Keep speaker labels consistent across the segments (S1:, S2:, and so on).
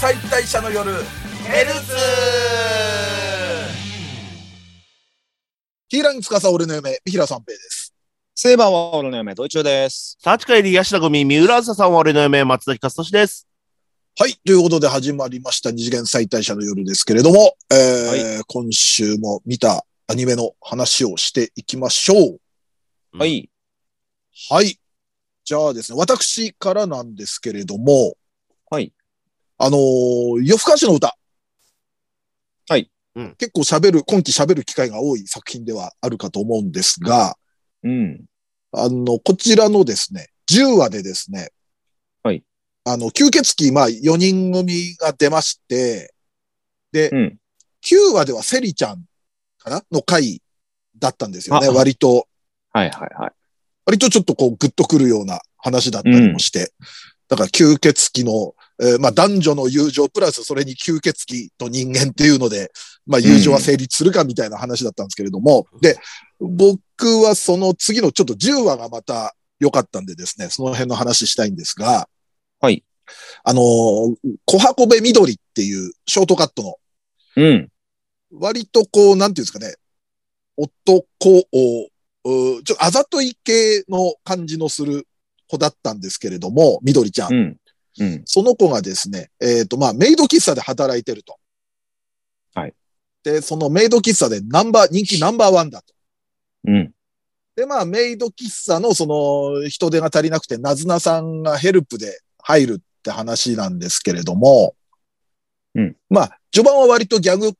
S1: 解体者の夜ヘルツ
S2: ヒーラン司俺の嫁、三平三平です。
S3: セイバーは俺の嫁、ドイチューです。
S4: サーチカイリー、ヤシナゴミ、三浦朝さんは俺の嫁、松崎勝利です。
S2: はい。ということで始まりました二次元再退者の夜ですけれども、えー今週も見たアニメの話をしていきましょう。
S4: うん
S3: はい。
S2: はい。じゃあですね、私からなんですけれども、
S3: はい。
S2: あのー夜更かしの歌。
S3: はい
S4: うん
S2: 結構喋る、今期喋る機会が多い作品ではあるかと思うんですが、
S3: うん。
S2: あの、こちらのですね、10話でですね、
S3: はい。
S2: あの、吸血鬼、まあ、4人組が出まして、で、
S3: うん
S2: 9話ではセリちゃんかなの回だったんですよね。
S3: あ
S2: 割と、
S3: はいはいはい。
S2: 割とちょっとこう、グッとくるような話だったりもして、だから吸血鬼の、えーまあ、男女の友情プラスそれに吸血鬼と人間っていうので、まあ、友情は成立するかみたいな話だったんですけれども、
S4: うん
S2: で、僕はその次のちょっと10話がまた良かったんでですね、その辺の話したいんですが、
S3: はい。
S2: あのー小箱部緑っていうショートカットの
S3: うん。
S2: 割とこう、なんていうんですかね、男を、うちょっとあざとい系の感じのする子だったんですけれども、緑ちゃん。
S3: うん。うん。
S2: その子がですね、えっ、と、まあ、メイド喫茶で働いてると。
S3: はい。
S2: で、そのメイド喫茶でナンバー、人気ナンバーワンだと。
S3: うん。
S2: で、まあ、メイド喫茶のその人手が足りなくて、なずなさんがヘルプで入るって話なんですけれども、
S3: うん。
S2: まあ、序盤は割とギャグ、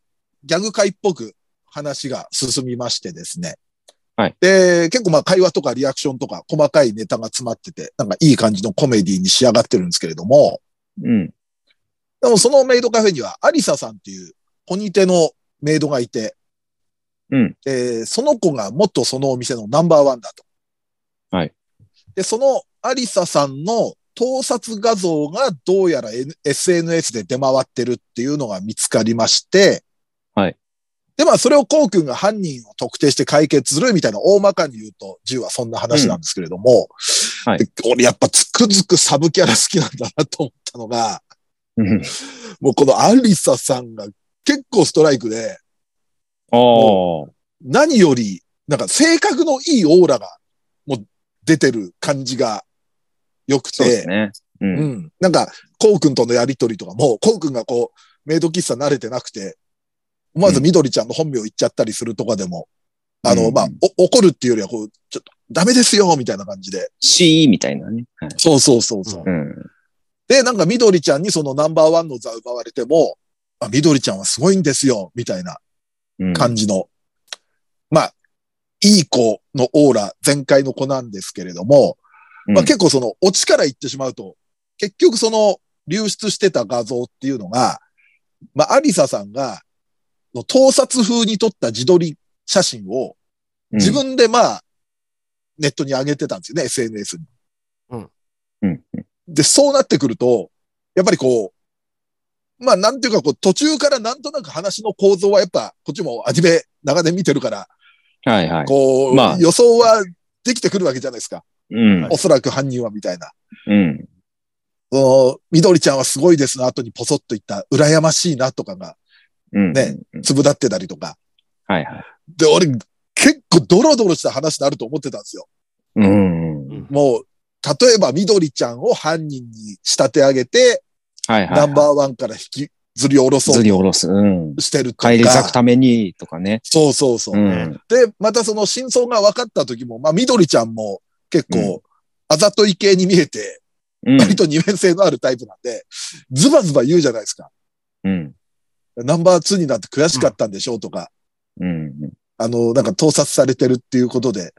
S2: ギャグ界っぽく話が進みましてですね。
S3: はい。
S2: で、結構まあ会話とかリアクションとか細かいネタが詰まってて、なんかいい感じのコメディに仕上がってるんですけれども、
S3: うん。
S2: でもそのメイドカフェにはアリサさんっていうポニテのメイドがいて、
S3: うん
S2: えーその子がもっとそのお店のナンバーワンだと。
S3: はい。
S2: で、そのアリサさんの盗撮画像がどうやら、N、SNS で出回ってるっていうのが見つかりまして、
S3: はい。
S2: で、まあ、それをコウ君が犯人を特定して解決するみたいな大まかに言うと、10はそんな話なんですけれども、
S3: うんはい
S2: で俺やっぱつくづくサブキャラ好きなんだなと思ったのが、
S3: うん。
S2: もうこのアリサさんが結構ストライクで、
S3: ああ。
S2: 何より、なんか性格のいいオーラが、もう出てる感じが良くて、
S3: そうですね。う。
S2: うんん。なんか、コウ君とのやりとりとかも、コウ君がこう、メイド喫茶慣れてなくて、思わず緑ちゃんの本名言っちゃったりするとかでも、あの、
S3: うん
S2: まあ、お怒るっていうよりは、こう、ちょっと、ダメですよ、みたいな感じで。
S3: C みたいなね。はい。
S2: そうそうそうそう。
S3: うん。
S2: で、なんか緑ちゃんにそのナンバーワンの座奪われても、あ緑ちゃんはすごいんですよ、みたいな。
S3: うん。
S2: 感じの、まあ、いい子のオーラ全開の子なんですけれども、
S3: うん
S2: まあ結構その、オチから言ってしまうと、結局その、流出してた画像っていうのが、まあ、アリサさんが、の盗撮風に撮った自撮り写真を、
S3: うん
S2: 自。分でまあ、ネットに上げてたんですよね、SNS に。
S3: うん。
S2: で、そうなってくると、やっぱりこう、まあなんていうかこう、途中からなんとなく話の構造はやっぱ、こっちもアニメ長年見てるから、
S3: はいはい。
S2: こう、
S3: まあ
S2: 予想はできてくるわけじゃないですか。
S3: うん。
S2: おそらく犯人はみたいな。
S3: うん。
S2: その、緑ちゃんはすごいですの後にポソッと言った、羨ましいなとかが
S3: うん。
S2: ね
S3: うん。
S2: 粒立ってたりとか。
S3: はいはい。
S2: で、俺、結構ドロドロした話になると思ってたんですよ。
S3: うん。
S4: うん
S2: もう、例えば緑ちゃんを犯人に仕立て上げて、
S3: はいはい。
S2: ナンバーワンから引きずり下ろそ
S3: ず
S2: う
S3: り下ろす。うん。
S2: としてるとか。
S3: 帰り咲くために、とかね。
S2: そうそうそう。
S3: うん。
S2: で、またその真相が分かった時も、まあ緑ちゃんも結構、あざとい系に見えて、
S3: うん。
S2: 割と二面性のあるタイプなんで、ズバズバ言うじゃないですか。
S3: うん。
S2: ナンバー2になって悔しかったんでしょうとか、
S3: うん。
S2: あの、なんか盗撮されてるっていうことで、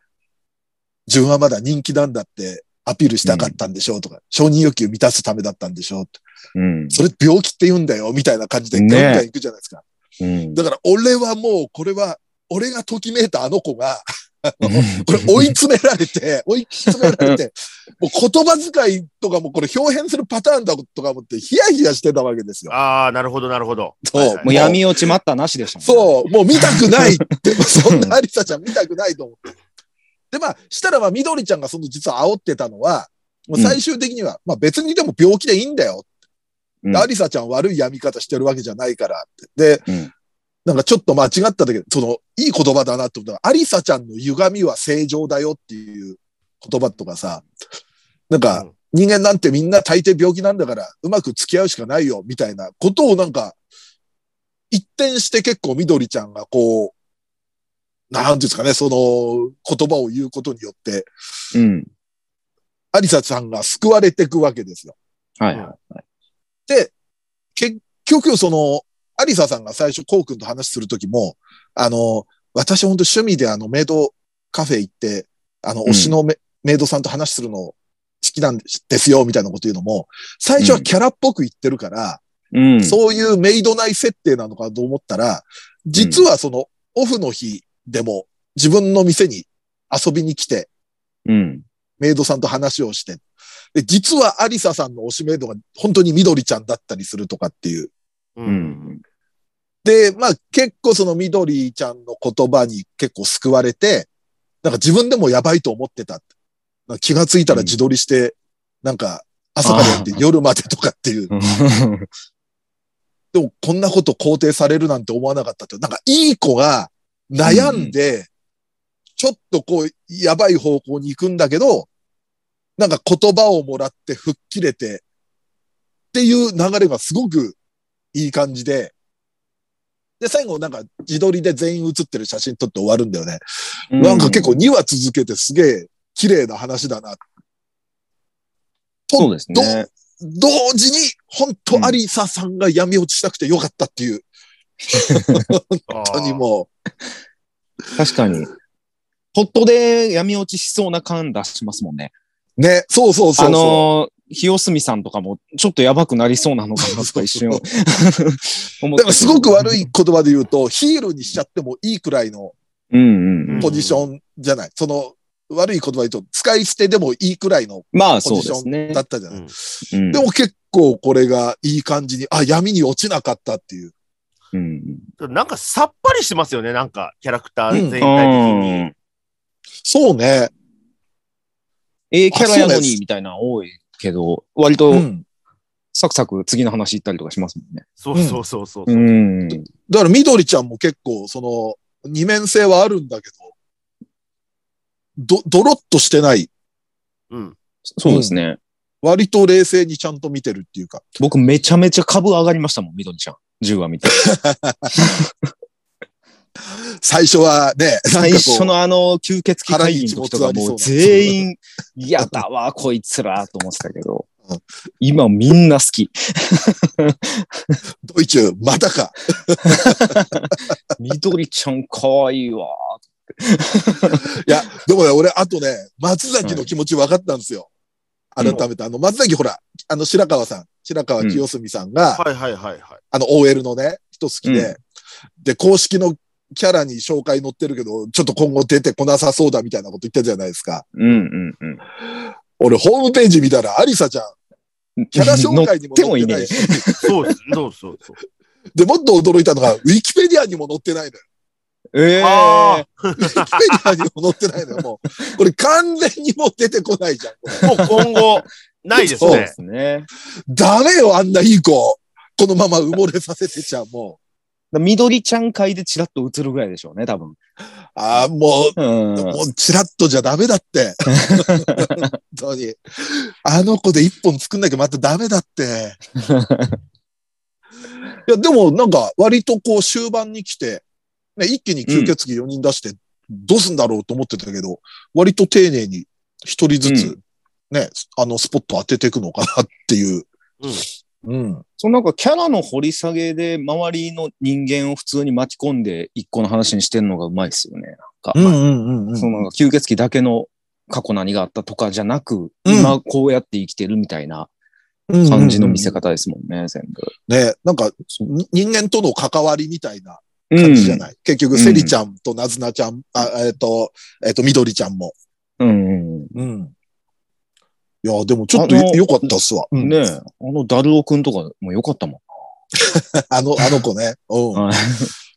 S2: 自分はまだ人気なんだってアピールしたかったんでしょうとか、承認欲求満たすためだったんでしょうって
S3: うん。
S2: それ病気って言うんだよ、みたいな感じでガン
S3: ね
S2: ガン行くじゃないですか。
S3: うん。
S2: だから俺はもう、これは、俺がときめいたあの子が、これ追い詰められて、追い詰められて、もう言葉遣いとかもこれ表現するパターンだとか思ってヒヤヒヤしてたわけですよ。
S4: ああ、なるほど、なるほど。
S2: そう
S4: はいはい
S3: もう闇落ち待ったなしでしたもんね。
S2: そう、もう見たくないって、そんなアリサちゃん見たくないと思って。で、まあ、したらまあ、緑ちゃんがその実は煽ってたのは、もう最終的には、まあ別にでも病気でいいんだよ。
S3: うん
S2: でアリサちゃん悪い病み方してるわけじゃないからって。で、
S3: うん
S2: なんかちょっと間違っただけど、その、いい言葉だなって思ったのはアリサちゃんの歪みは正常だよっていう言葉とかさ、なんか、
S4: うん
S2: 人間なんてみんな大抵病気なんだから、うまく付き合うしかないよ、みたいなことをなんか、一転して結構緑ちゃんがこう、なんていうんですかね、その言葉を言うことによって、
S3: うん。
S2: アリサちゃんが救われていくわけですよ。
S3: はいは
S2: で、結局その、アリサさんが最初コウ君と話するときも、あの、私本当趣味であのメイドカフェ行って、あの、
S3: うん
S2: 推しのメ,、イドさんと話するの好きなんですよ、みたいなこと言うのも、最初はキャラっぽく言ってるから、
S3: い。うん。
S2: そういうメイド内設定なのかと思ったら、実はそのオフの日でも自分の店に遊びに来て、
S3: うん。
S2: メイドさんと話をして、で、実はアリサさんの推しメイドが本当に緑ちゃんだったりするとかっていう。
S4: う。
S3: うんん。
S2: で、まあ結構その緑ちゃんの言葉に結構救われて、なんか自分でもやばいと思ってた。なんか気がついたら自撮りして、なんか朝からやって夜までとかっていう。でもこんなこと肯定されるなんて思わなかったって。なんかいい子が悩んで、ちょっとこう、やばい方向に行くんだけど、なんか言葉をもらって吹っ切れて、っていう流れがすごくいい感じで、で、最後なんか自撮りで全員写ってる写真撮って終わるんだよね。なんか結構2話続けてすげえ綺麗な話だな。と
S3: そうですね。
S2: 同時に、本当アリサさんが闇落ちしたくてよかったっていう、
S4: 本
S2: 本当にもう、
S3: 確かに。ポットで闇落ちしそうな感出しますもんね。
S2: ね、そうそうそうそう。
S3: あのー、清澄さんとかもちょっとやばくなりそうなのかなとか一瞬 思っ
S2: だ
S3: た
S2: からすごく悪
S3: い。
S2: い言葉で言うと、ヒールにしちゃってもいいくらいの
S3: うんうん。
S2: ポジションじゃない。その、悪い言葉で言うと、使い捨てでもいいくらいの
S3: まあ
S2: ポ
S3: そう
S2: ジ
S3: で
S2: シ
S3: す
S2: ョン
S3: ね
S2: だ。ったじゃない。
S4: うん
S3: うん
S2: でも結構これがいい感じに、あ、闇に落ちなかったっていう。
S3: うん
S4: なんかさっぱりしてますよね、なんか、キャラクター全
S3: う
S4: 体的に。
S3: ん。
S2: そうね。
S3: ええキャラや
S2: あそ
S3: の
S2: うです
S3: にみたいな多いけど、割と
S2: うん。
S3: サクサク次の話行ったりとかしますもんね。
S4: そうそうそうそう。
S3: ん。
S2: だから緑ちゃんも結構、その、二面性はあるんだけど、ど、ドロッとしてない。
S4: うん。
S3: そうですね。
S2: 割と冷静にちゃんと見てるっていうか。
S3: 僕めちゃめちゃ株上がりましたもん、みどりちゃん。10話見て。
S2: 最初はね、なんか
S3: 最
S2: こう
S3: 初のあの、吸血鬼会議の時とか
S2: 腹に一物ありそう
S3: も
S2: な
S3: う全 員、嫌だわ、こいつら、と思ってたけど
S2: うん。
S3: 今みんな好き。
S2: ドイツ、またか。
S3: みどりちゃんかわいいわ。
S2: いや、でもね、俺、あとね、松崎の気持ち分かったんですよ。
S3: うん
S2: 改めて、あの、松崎ほら、あの、白川さん、白川清澄さんが、
S4: はいはいはいはい。
S2: あの、OL のね、人好きで、
S3: う
S2: で、公式のキャラに紹介載ってるけど、ちょっと今後出てこなさそうだみたいなこと言ってたじゃないですか。
S3: うんうんうん。
S2: 俺、ホームページ見たら、アリサちゃん、キャラ 紹介にも載ってないし、
S4: そうですそうそうそう。
S2: で、もっと驚いたのが、ウィキペディアにも載ってないのよ。
S3: ええ
S4: あ
S2: ウィキペディアにも載ってないのよ、もう。これ、完全にもう出てこないじ ゃん。
S4: も
S2: これ
S4: う今 後、ないです
S3: そうで
S4: ね。
S3: すね。
S2: ダメよ、あんないい子。このまま埋もれさせてちゃ、も
S3: みどりちゃん会でチラッと映るぐらいでしょうね、多分。
S2: う。ああ、もう、
S3: うん。
S2: もう、チラッとじゃダメだって。本当に。あの子で一本作んなきゃまたダメだ って。いや、でも、なんか、割とこう、終盤に来て、ね、一気に吸血鬼4人出して、どうすんだろうと思ってたけど、割と丁寧に一人ず
S3: う
S2: つ、ね、あの、スポット当てていくのかなっていう。うん。
S3: そのなんかキャラの掘り下げで周りの人間を普通に巻き込んで一個の話にしてるのがうまいですよね。なんか、
S2: んうんう
S3: そのなんか吸血鬼だけの過去何があったとかじゃなく、今こうやって生きてるみたいな感じの見せ方ですもんね、全部。
S2: ね、なんか、に人間との関わりみたいな
S3: う
S2: 感
S3: ん。。
S2: じじゃないい、結局、
S3: うん
S2: セリちゃんとナズナちゃん、あえっ、と、えっ、と、緑ちゃんも。
S3: うん、
S2: うん。いや、でもちょっと
S3: あの
S2: よかったっすわ。
S3: うん。ねえ、あのダルオくんとかも良かったもん。
S2: あの、あの子ね。 うん。
S3: はい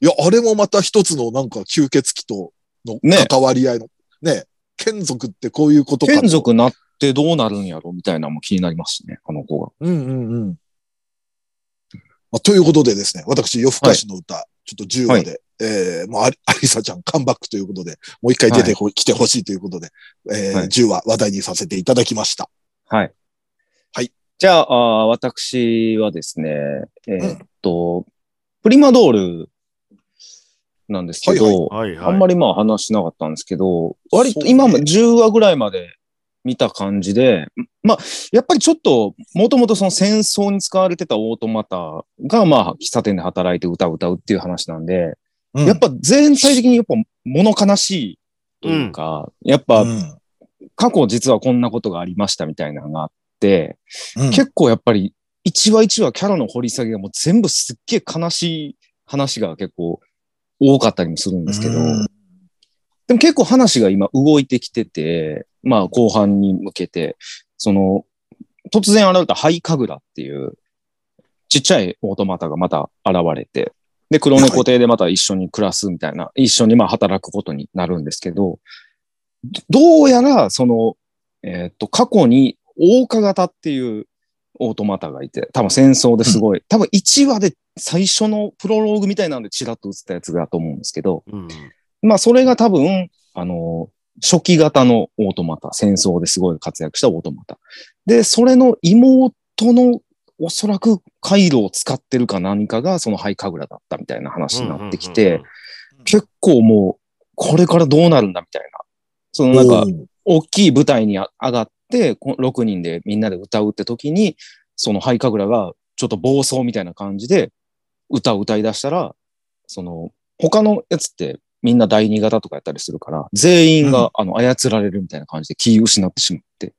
S2: いや、あれもまた一つのなんか吸血鬼との
S3: ね
S2: 関わり合いの。ね眷属ってこういうことかと。
S3: 眷属なってどうなるんやろみたいなのも気になりますしね、あの子が。
S2: うんうんうん。まあ、ということでですね、私、夜更かしの歌、ちょっと10話で、
S3: は
S2: えー、もうあり、ありさちゃんカムバックということで、もう一回出てほ、来てほしいということで、えー
S3: はい
S2: 10話話題にさせていただきました。
S3: はい。
S2: はい。
S3: じゃあ、あー私はですね、えー
S2: う
S3: っと、プリマドールなんですけど、
S2: はい
S4: はいはい。
S3: あんまりまあ話しなかったんですけど、割
S2: そう
S3: と
S2: ね
S3: 今も10話ぐらいまで見た感じで、まあ、やっぱりちょっと、もともとその戦争に使われてたオートマタが、まあ、喫茶店で働いて歌を歌うっていう話なんで、
S2: うん
S3: やっぱ全体的にやっぱ物悲しいというか、やっぱ
S2: うん
S3: 過去実はこんなことがありましたみたいなのがあって、
S2: うん
S3: 結構やっぱり一話一話キャラの掘り下げがもう全部すっげえ悲しい話が結構多かったりもするんですけど、
S2: うん
S3: でも結構話が今動いてきてて、まあ後半に向けて、その、突然現れたハイカグラっていう、ちっちゃいオートマタがまた現れて、で、黒猫亭でまた一緒に暮らすみたいな、一緒にまあ働くことになるんですけど、どどうやらその、えーっと、過去に大化型っていうオートマタがいて、多分戦争ですごい、多分1話で最初のプロローグみたいなのでチラッと映ったやつだと思うんですけど、
S4: うん。
S3: まあ、それが多分、あの、初期型のオートマタ、戦争ですごい活躍したオートマタ。で、それの妹のおそらく回路を使ってるか何かがそのハイカグラだったみたいな話になってきて、結構もう、これからどうなるんだみたいな。そのなんか、大きい舞台にあ上がって、こ6人でみんなで歌うって時に、そのハイカグラがちょっと暴走みたいな感じで歌を歌い出したら、その他のやつってみんな第二型とかやったりするから、全員が、あの操られるみたいな感じで気を失ってしまって。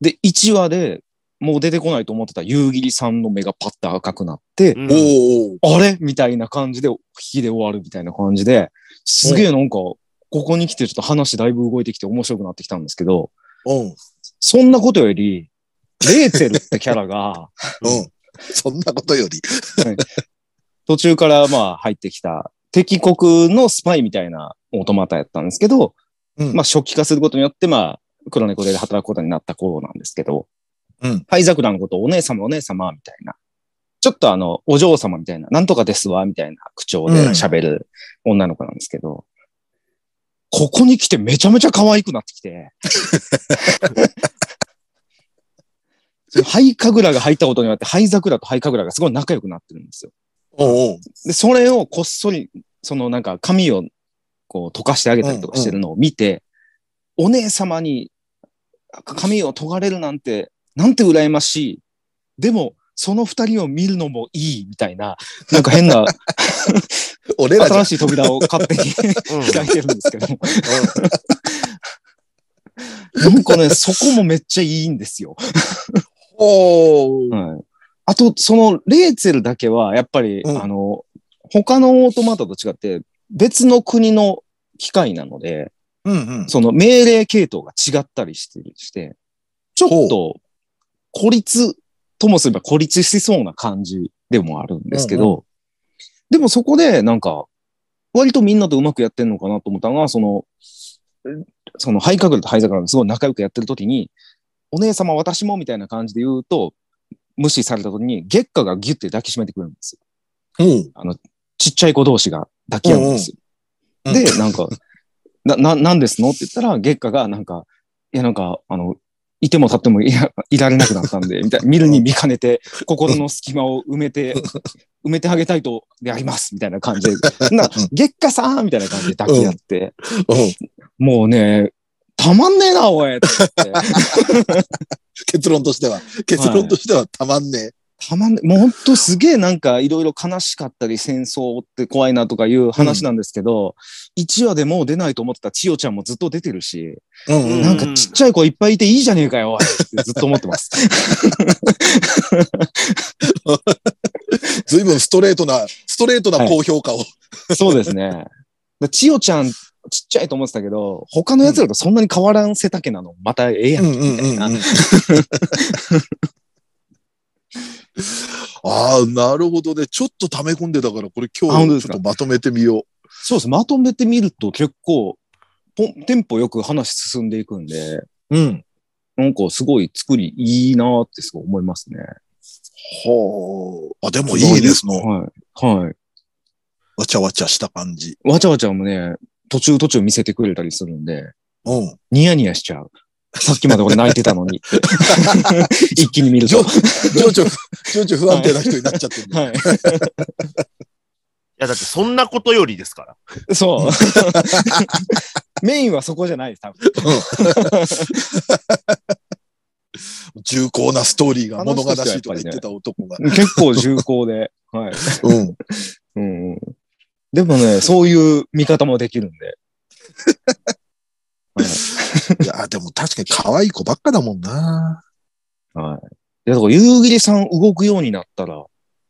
S3: で、1話でもう出てこないと思ってた夕霧さんの目がパッと赤くなって、
S4: うん
S2: おーおー
S3: あれみたいな感じで、引きで終わるみたいな感じで、すげえなんか、ここに来てちょっと話だいぶ動いてきて面白くなってきたんですけど、
S2: うん。
S3: そんなことより、レーツェルってキャラが、
S2: うん。そんなことより。
S3: 途中からまあ入ってきた、敵国のスパイみたいなオートマタやったんですけど、
S2: うん
S3: まあ初期化することによって、まあ、黒猫で働くことになった頃なんですけど、
S2: うん
S3: 灰桜のことをお姉様お姉様みたいな、ちょっとあの、お嬢様みたいな、なんとかですわ、みたいな口調で喋る女の子なんですけど、ここに来てめちゃめちゃ可愛くなって きて、その灰神楽が入ったことによって、灰桜と灰神楽がすごい仲良くなってるんですよ
S2: おうおう
S3: で、それをこっそり、そのなんか髪をこう溶かしてあげたりとかしてるのを見て、お姉様に髪を研がれるなんて、なんて羨ましい。でも、その二人を見るのもいいみたいな、なんか 変な
S2: 俺らじゃ
S3: 新しい扉を勝手に
S4: うん
S3: 開いてるんですけども。なんかね、そこもめっちゃいいんですよ。
S2: おう
S3: はい。あと、そのレーツェルだけは、やっぱり、
S2: うん
S3: あの、他のオートマタと違って、別の国の機械なので、
S2: うんうん。
S3: その命令系統が違ったりしてるして、ちょっと孤立、ともすれば孤立しそうな感じでもあるんですけど、でもそこでなんか、割とみんなとうまくやってんのかなと思ったのが、その、その、ハイカグルとハイザグルがすごい仲良くやってる時に、お姉様私もみたいな感じで言うと、無視された時に月下がギュッて抱きしめてくれるんですよ
S2: うん。
S3: ちっちゃい子同士が抱き合うんですよ。
S2: うんうん
S3: で、なんか、な、な、なんですのって言ったら、月下がなんか、いや、なんか、あの、いても立ってもいやいられなくなったんで、みたいな、見るに見かねて、心の隙間を埋めて、埋めてあげたいと、であります、みたいな感じで、 な月下さんみたいな感じで抱き合って、
S2: うん
S3: もうね、たまんねえな、おいと思って、
S2: 結論としては、結論としてはたまんねえ。
S3: たまんねえ、もうほんとすげえなんかいろいろ悲しかったり戦争って怖いなとかいう話なんですけど、1話でもう出ないと思ってた千代ちゃんもずっと出てるし、
S2: うんうん
S3: なんかちっちゃい子いっぱいいていいじゃねえかよ、おいってずっと思ってます。
S2: 随分ストレートな、ストレートな高評価を。
S3: そうですね。で千代ちゃんちっちゃいと思ってたけど、他の奴らとそんなに変わらん背丈なの、またええやん。
S2: うんうんうんうん ああ、なるほどね。ちょっと溜め込んでたから、これ今
S3: あ本当
S2: 日ち
S3: で
S2: ょ
S3: す
S2: っと
S3: か
S2: まとめてみよう。
S3: そうです。まとめてみると結構、ポンテンポよく話進んでいくんで、
S2: うん。
S3: なんかすごい作りいいなってすごい思いますね。
S2: ほう。あ、でもいいですの。
S3: はい。はい。
S2: わちゃわちゃした感じ。
S3: わちゃわちゃもね、途中途中見せてくれたりするんで、
S2: うん。
S3: ニヤニヤしちゃう。さっきまで俺泣いてたの に。一気に見る
S2: 情
S3: と。
S2: 緒、情緒、情緒不安定な人になっちゃってる、
S3: は
S4: や、だってそんなことよりですから。
S3: い。そう。メインはそこじゃないです、多分。
S2: 重厚なストーリーが物悲しいとか言ってた男が。
S3: 結構重厚で。はい。
S2: うん。
S3: うんうん。でもね、そういう見方もできるんで。
S2: いや、でも確かに可愛い子ばっかだもんな。
S3: はい。いや、だから、夕霧さん動くようになったら、
S2: う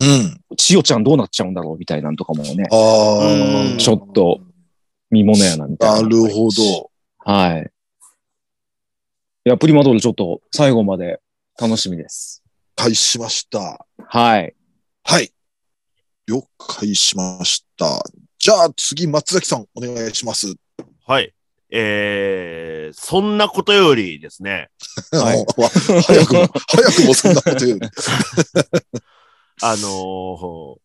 S2: ん。
S3: 千代ちゃんどうなっちゃうんだろうみたいなんとかもね、
S2: ああ。
S3: ちょっと。見物やな、みた
S2: ない
S3: な。
S2: るほど。
S3: はい。いや、プリマドールちょっと最後まで楽しみです。
S2: 解しました。
S3: はい。
S2: はい。了解しました。じゃあ次、松崎さん、お願いします。
S4: はい。えー、そんなことよりですね、
S3: はい
S2: 早くも、早くもそんなこと言う。
S4: あのー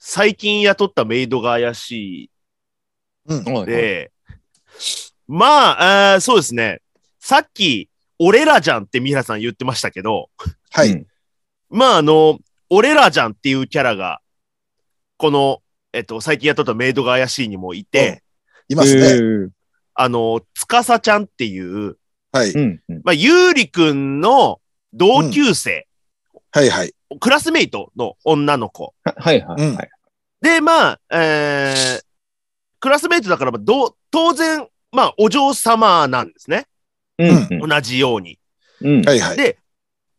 S4: 最近雇ったメイドが怪し
S2: うん。
S4: いで、まあ、あーそうですね、さっき、俺らじゃんってミラさん言ってましたけど、
S2: は
S3: う
S2: い。
S3: ん
S4: まあ、あの、俺らじゃんっていうキャラが、この、えっと、最近雇ったメイドが怪しいにもいて、
S2: い
S3: え
S2: ますね。
S3: ー
S4: あの、つかさちゃんっていう、
S2: はい。
S3: うんうん
S4: まあ、ゆうりくんの同級生、
S2: はいはい。
S4: クラスメイトの女の子。
S3: ははいはい
S2: うん
S3: はい。
S4: で、まあ、えー、クラスメイトだから、まあどう当然、まあ、お嬢様なんですね。
S3: うん
S4: 同じように。
S3: うんうん
S2: はいはい。
S4: で、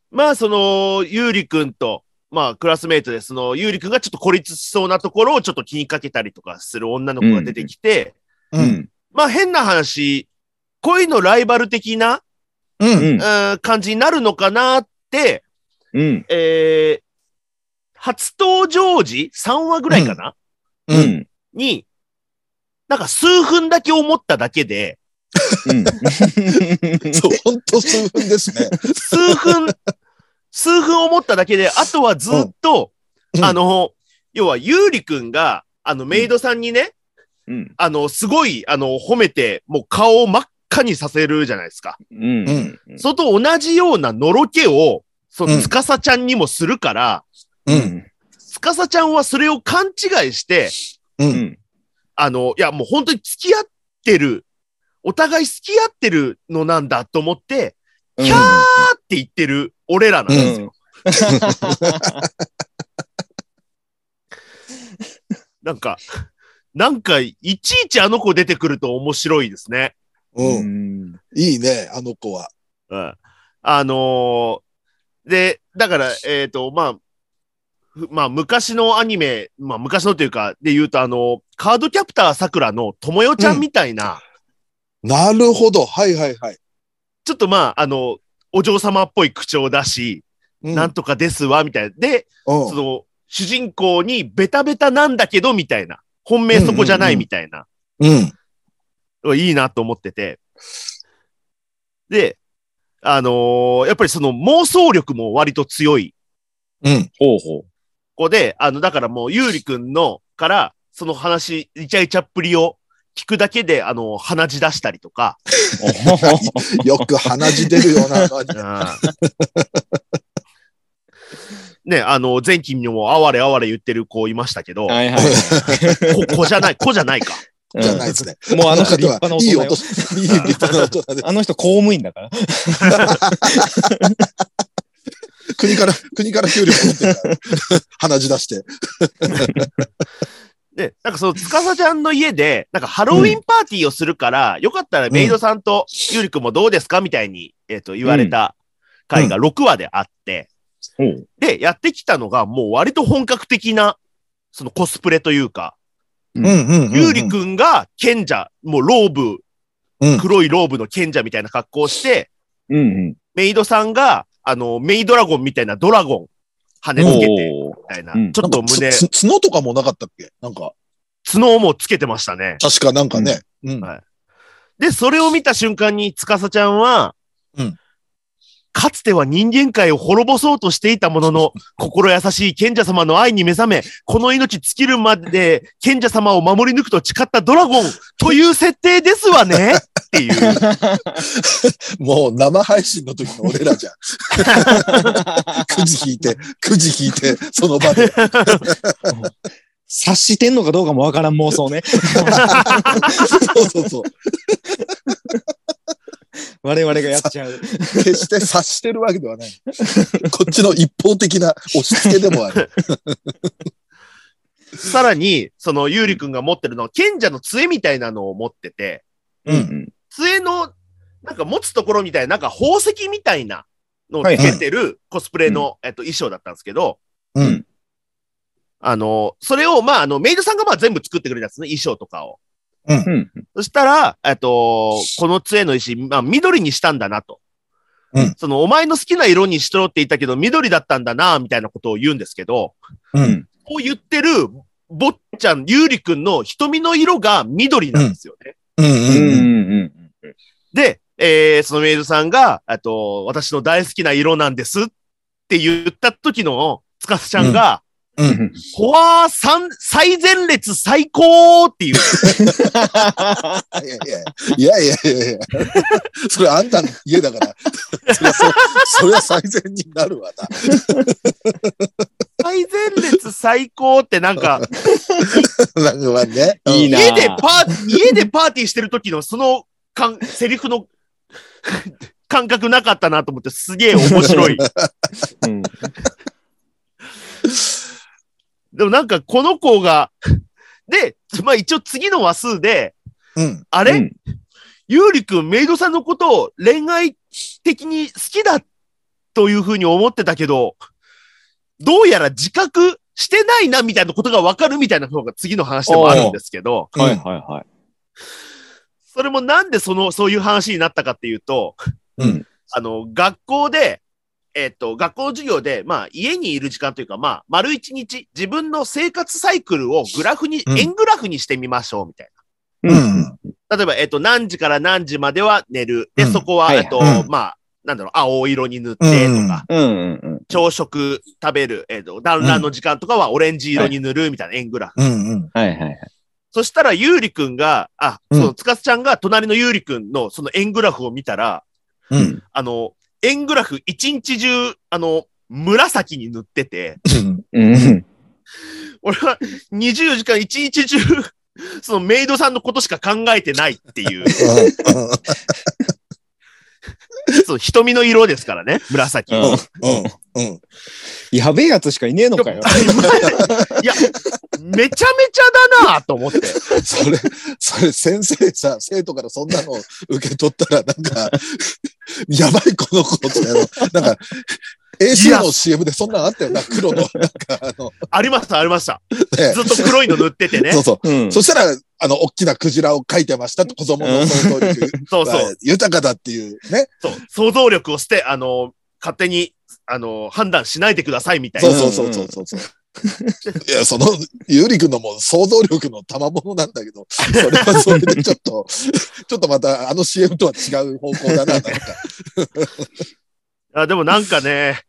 S4: まあ、その、ゆうりくんと、まあ、クラスメイトで、その、ゆうりくんがちょっと孤立しそうなところをちょっと気にかけたりとかする女の子が出てきて、
S2: う。
S3: うんん
S4: まあ、変な話、恋のライバル的な、
S2: う。
S3: うん
S4: うんん、感じになるのかなって、
S3: うん
S4: えー、初登場時3話ぐらいかな、
S2: う。
S3: うんん
S4: に、なんか数分だけ思っただけで、
S2: そう、ほんと数分ですね。
S4: 数 分、数分思っただけで、あとはずっと、
S2: うん
S4: あの、要は、ゆうりくんが、あの、メイドさんにね、
S3: うん
S4: あの、すごい、あの、褒めて、もう顔を真っ赤にさせるじゃないですか。
S3: うん
S2: うん
S4: それと同じようなのろけを、そうの、
S2: ん
S4: つかさちゃんにもするから、
S2: うん。
S4: つかさちゃんはそれを勘違いして、
S2: う。
S3: うんん
S4: あの、いや、もう本当に付き合ってる、お互い付き合ってるのなんだと思って、キャーって言ってる俺らなんですよ
S3: うん
S4: なんか、なんか、いちいちあの子出てくると面白いですね。
S2: う。
S3: うんん
S2: いいね、あの子は。
S4: うん。あのーで、だから、えっ、と、まあ、ふまあ、昔のアニメ、まあ、昔のというか、で言うと、あのカードキャプターさくらのともよちゃんみたいな、
S2: なるほど。はいはいはい。
S4: ちょっとまあ、あの、お嬢様っぽい口調だし、
S2: う
S4: なんとかですわ、みたいな。で、
S2: うん
S4: その、主人公にベタベタなんだけど、みたいな。本命そこじゃないみたいな。
S2: うん。
S4: いいなと思ってて。で、あのーやっぱりその妄想力も割と強い
S2: うん。
S3: ほうほ
S4: 子で、あの、だからもう、ゆうりくんのから、その話、イチャイチャっぷりを聞くだけで、あの、鼻血出したりとか、
S3: う。
S2: よく鼻血出るような感じ。
S4: ね、あの、前期にも、あわれあわれ言ってる子いましたけ ど、
S3: はいはいは
S4: こ子じゃない、子じゃないか。
S3: い。
S2: じゃないですね。
S3: うんもうあの人立
S2: 方は
S3: 派な大
S2: いい
S3: 人よ
S2: 音、いい立派な大人 で。
S3: あの人公務員だから。
S2: 国から、国から給料持ってるから。鼻血出して。
S4: で、なんかその、つかさちゃんの家で、なんかハロウィンパーティーをするから、よかったらメイドさんとゆうりくんもどうですかみたいに、えっ、と、言われた回が6話であって、
S3: ほう
S4: で、やってきたのが、もう割と本格的な、そのコスプレというか、
S3: うん
S2: うん
S4: ゆうりくんが賢者、もうローブ、
S2: うん
S4: 黒いローブの賢者みたいな格好をして、
S3: うん
S4: メイドさんが、あの、メイドラゴンみたいなドラゴン、羽
S3: う
S4: つ
S3: ん。
S4: けて、
S3: お
S4: み
S3: ー
S4: たいな、
S3: うん
S4: ちょっと胸、
S2: つつ角とかもなかったっけなんか、
S4: 角もつけてましたね。
S2: 確かなんかね。うん。
S4: はいで、それを見た瞬間に、つかさちゃんは、
S2: うん
S4: かつては人間界を滅ぼそうとしていたもの の、心優しい賢者様の愛に目覚め、この命尽きるまで賢者様を守り抜くと誓ったドラゴンという設定ですわね。 っていう。
S2: もう生配信の時の俺らじゃん。くじ引いて、くじ引いて、その場 で。
S3: 察してんのかどうかもわからん妄想ね。
S2: そうそうそう。
S3: 我々がやっちゃう。
S2: 決して察してるわけではない。こっちの一方的な押し付けでもある。
S4: さらに、その、ゆうりくんが持ってるのは、賢者の杖みたいなのを持ってて、
S2: うん
S3: ん。
S4: 杖の、なんか持つところみたいな、なんか宝石みたいなのをつけてるコスプレの、えっと、衣装だったんですけど、
S2: うん。
S4: あの、それを、まあ、あの、メイドさんがまあ全部作ってくれたんですね、衣装とかを。
S3: うん。
S4: そしたら、えっと、この杖の石、まあ、緑にしたんだなと。
S2: うん
S4: その、お前の好きな色にしろって言ったけど、緑だったんだな、みたいなことを言うんですけど、
S2: うん。
S4: こう言ってる、坊っちゃん、ゆうりくんの瞳の色が緑なんですよね。
S2: うん。
S3: う
S2: うん。
S3: ん。
S4: で、えーそのメイドさんが、あと、私の大好きな色なんですって言った時の、つかすちゃんが、
S2: うんうん
S4: フォア三、最前列最高っていう。
S2: いやいやいやいやいやいや。それあんたの家だから。そりゃそそりゃ最善になるわな。
S4: 最前列最高ってなん か、
S2: なんかまあね。うん
S3: いいな
S4: 家でパー、家でパーティーしてる時のその、かん、セリフの 感覚なかったなと思って、すげえ面白 い。
S3: うん。
S4: でもなんかこの子が、で、まあ一応次の話数で、
S2: うん。
S4: あれ、ゆうりくん、メイドさんのことを恋愛的に好きだというふうに思ってたけど、どうやら自覚してないなみたいなことがわかるみたいな方が次の話でもあるんですけど、
S3: はいはいは
S4: それもなんでその、そういう話になったかっていうと、
S2: うん
S4: あの、学校で、えっと、学校の授業で、まあ、家にいる時間というか、まあ、丸一日、自分の生活サイクルをグラフに、
S2: うん
S4: 円グラフにしてみましょう、みたいな。
S3: い。
S2: うん。
S4: 例えば、えっと、何時から何時までは寝る。で、
S2: うん
S4: そこは、
S3: はい
S4: えっと、
S2: うん
S4: まあ、なんだろう、青色に塗ってとか、
S3: うん。うん。うん。
S4: 朝食食べる、えっと、団らんの時間とかはオレンジ色に塗るみたいな円グラフ。
S2: うん。うん。
S3: はいはいはい。
S4: そしたら、ゆうりくんが、あ、
S2: う
S4: そ
S2: ん
S4: の、つかすちゃんが隣のゆうりくんのその円グラフを見たら、
S2: うん。
S4: あの、円グラフ一日中、あの、紫に塗ってて、
S2: うん。
S3: うん。
S4: 俺は24時間一日中、そのメイドさんのことしか考えてないっていう、その瞳の色ですからね、紫。
S3: うん
S2: うん。うん。
S3: やべえやつしかいねえのかよ。
S4: いや、めちゃめちゃだなぁと思って。
S2: それ、それ先生さ、生徒からそんなの受け取ったら、なんか、やばいこの子ってやろなんか、
S4: い
S2: AC
S4: や
S2: の CM でそんなんあったよな、黒の、なんかあ の、
S4: ありました、ありました。
S2: ね
S4: ずっと黒いの塗っててね
S2: そ。うそう。
S3: うん
S2: そしたら、あの、大きなクジラを描いてましたと、子供の想像力
S4: そうそ
S2: が
S4: う。
S2: 豊かだっていうね。
S4: そう想像力を捨て、あの、勝手に、あの、判断しないでくださいみたい
S2: そう
S4: な。
S2: そうそうそうそうそう。いや、その、ゆうりくんのも想像力の賜物なんだけど、それはそれでちょっと、 ちょっとまたあの CM とは違う方向だな、な んか。
S4: あでもなんかね、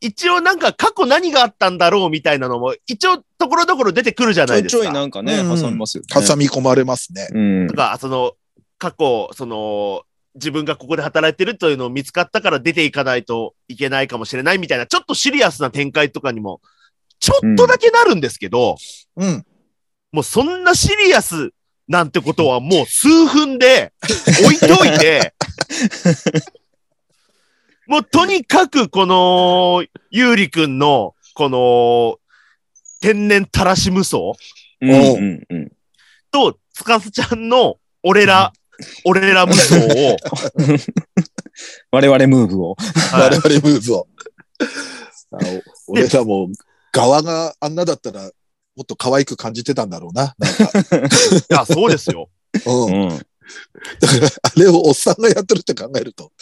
S4: 一応なんか過去何があったんだろうみたいなのも、一応ところどころ出てくるじゃ
S3: ち
S4: な
S3: ょ
S4: い
S3: い
S4: で
S3: ち
S4: す
S3: ょ
S4: か。
S3: いなんかね、
S2: うん
S3: 挟みますよね。
S2: 挟み込まれますね。
S3: うん
S4: と。か、その、過去、その、自分がここで働いてるというのを見つかったから出ていかないといけないかもしれないみたいな、ちょっとシリアスな展開とかにも、ちょっとだけなるんですけど、
S2: うん。
S4: もうそんなシリアスなんてことはもう数分で置いといて、もうとにかくこの、ゆうりくんの、この、天然たらし無双
S3: うんうんうん。
S4: と、つかすちゃんの、俺ら、俺ら無双を、
S3: 我々ムーブを。
S4: は
S2: 我
S4: い
S2: 々ムーブを。俺らも、側があんなだったら、もっと可愛く感じてたんだろうな。なんか。
S4: いや、そうですよ。
S2: うん。
S3: ん。
S2: だから、あれをおっさんがやってるって考える と、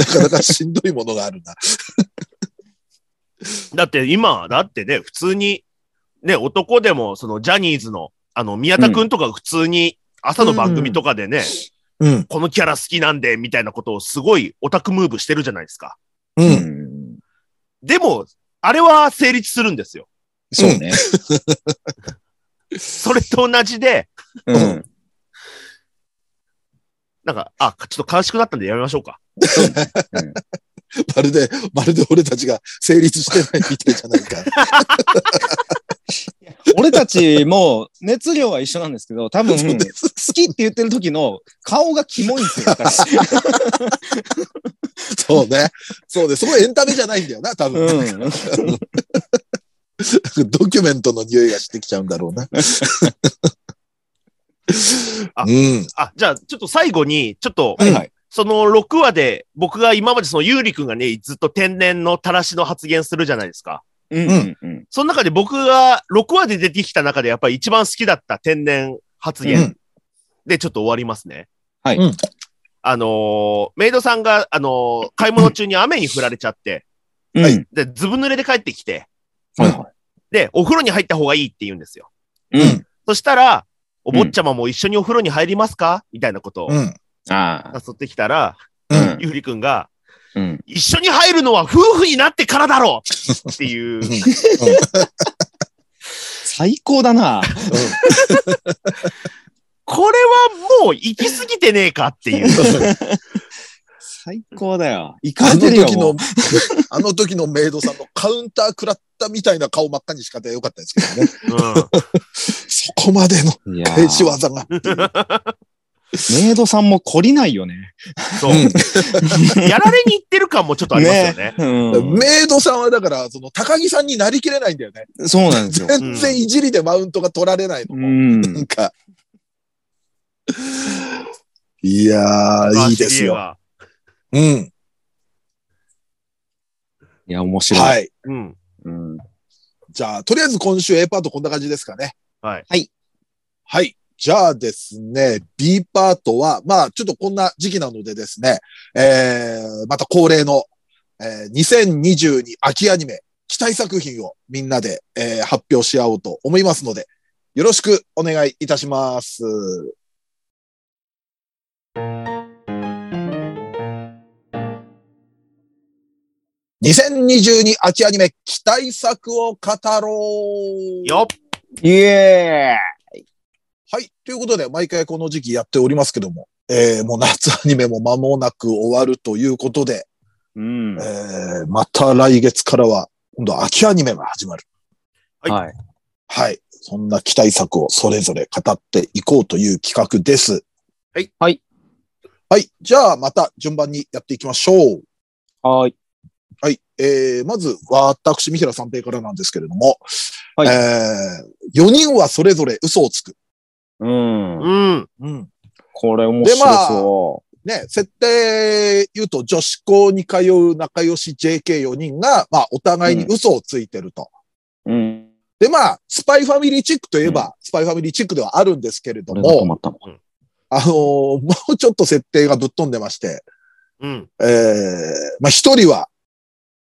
S2: なかなかしんどいものがあるな。
S4: だって今、だってね、普通に、ね、男でも、そのジャニーズの、あの、宮田くんとか普通に、朝の番組とかでね、
S2: うん。
S4: このキャラ好きなんで、みたいなことをすごいオタクムーブしてるじゃないですか。
S2: う。
S3: うんん。
S4: でも、あれは成立するんですよ。
S3: そうね。
S4: それと同じで、
S3: うんん。
S4: なんか、あ、ちょっと悲しくなったんでやめましょうか。
S3: そうねうん
S2: まるで、まるで俺たちが成立してないみたいじゃない か。
S3: 俺たちも熱量は一緒なんですけど、多分、好きって言ってる時の顔がキモいんですよ。私
S2: そうね。そうね。そのエンタメじゃないんだよな、多分。
S3: うん。
S2: ドキュメントの匂いがしてきちゃうんだろう な。
S4: あ
S2: うん。
S4: あ、じゃあ、ちょっと最後に、ちょっと、
S2: はい
S3: はい
S4: その6話で、僕が今までそのゆうりくんがね、ずっと天然のたらしの発言するじゃないですか。
S3: うんうんうん。
S4: その中で僕が6話で出てきた中で、やっぱり一番好きだった天然発言。
S2: うん
S4: で、ちょっと終わりますね。
S3: はい
S2: うん
S4: あのーメイドさんが、あのー買い物中に雨に降られちゃって、
S3: うん
S2: は
S3: はいい
S4: で、ずぶ濡れで帰ってきて、
S3: は
S4: で、お風呂に入った方がいいって言うんですよ。
S3: い。うん。
S4: そしたら、お坊ちゃまも一緒にお風呂に入りますかみたいなことを
S2: うん。
S3: ああ。
S4: 誘ってきたら、
S3: うん
S4: ゆうりくんが、
S3: うん。
S4: 一緒に入るのは夫婦になってからだろうっていう、
S3: 最高だな。
S4: これはもう行き過ぎてねえかっていう。
S3: 最高だよ。行か
S2: あ
S3: れ
S2: の
S3: てるよ。
S2: 時
S3: も
S2: の
S3: う、
S2: あの時のメイドさんの カウンター食らったみたいな顔真っ赤に仕方よかったですけどね。
S4: う
S2: そこまでの
S3: いやー
S2: 返し技が。
S3: メイドさんも懲りないよね。
S4: ん、そう。 やられに行ってる感もちょっとありますよね。
S3: うん
S2: メイドさんはだから、その高木さんになりきれないんだよね。
S3: そうなんですよ。
S2: 全然いじりでマウントが取られないの
S3: う
S2: も。
S3: ん。
S2: なんか。いやー、いいですよ。
S4: よ。
S2: うん。
S3: いや、面白い。
S2: はい。
S4: うん。
S3: うん。
S2: じゃあ、とりあえず今週 A パートこんな感じですかね。
S4: はい。
S3: はい。
S2: はい。じゃあですね、B パートは、まあ、ちょっとこんな時期なのでですね、えー、また恒例の、えー、2022秋アニメ、期待作品をみんなで、えー発表し合おうと思いますので、よろしくお願いいたします。2022秋アニメ期待作を語ろう
S4: よっ。
S3: イエ
S2: はい。ということで、毎回この時期やっておりますけども、えー、もう夏アニメも間もなく終わるということで、
S3: ーイうん
S2: え。ー、また来月からは、今度は秋アニメが始まる。
S3: はい。
S2: はい。そんな期待作をそれぞれ語っていこうという企画です。
S4: はい。
S3: はい。
S2: はい。じゃあ、また順番にやっていきましょう。
S3: はい。
S2: はい。えー、まず、私、三平三平からなんですけれども、
S3: はい
S2: えー、4人はそれぞれ嘘をつく。
S3: うん。
S4: うん。
S2: うん。
S3: これ面白そ
S2: ね、設定言うと女子校に通う仲良し JK4 人が、まあ、お互いに嘘をついてると。
S3: う。うん。
S2: で、まあ、スパイファミリーチックといえば、スパイファミリーチックではあるんですけれど
S3: 俺が止
S2: も、
S3: まったの。
S2: あのーもうちょっと設定がぶっ飛んでまして、
S4: うん。
S2: えー、まあ、一人は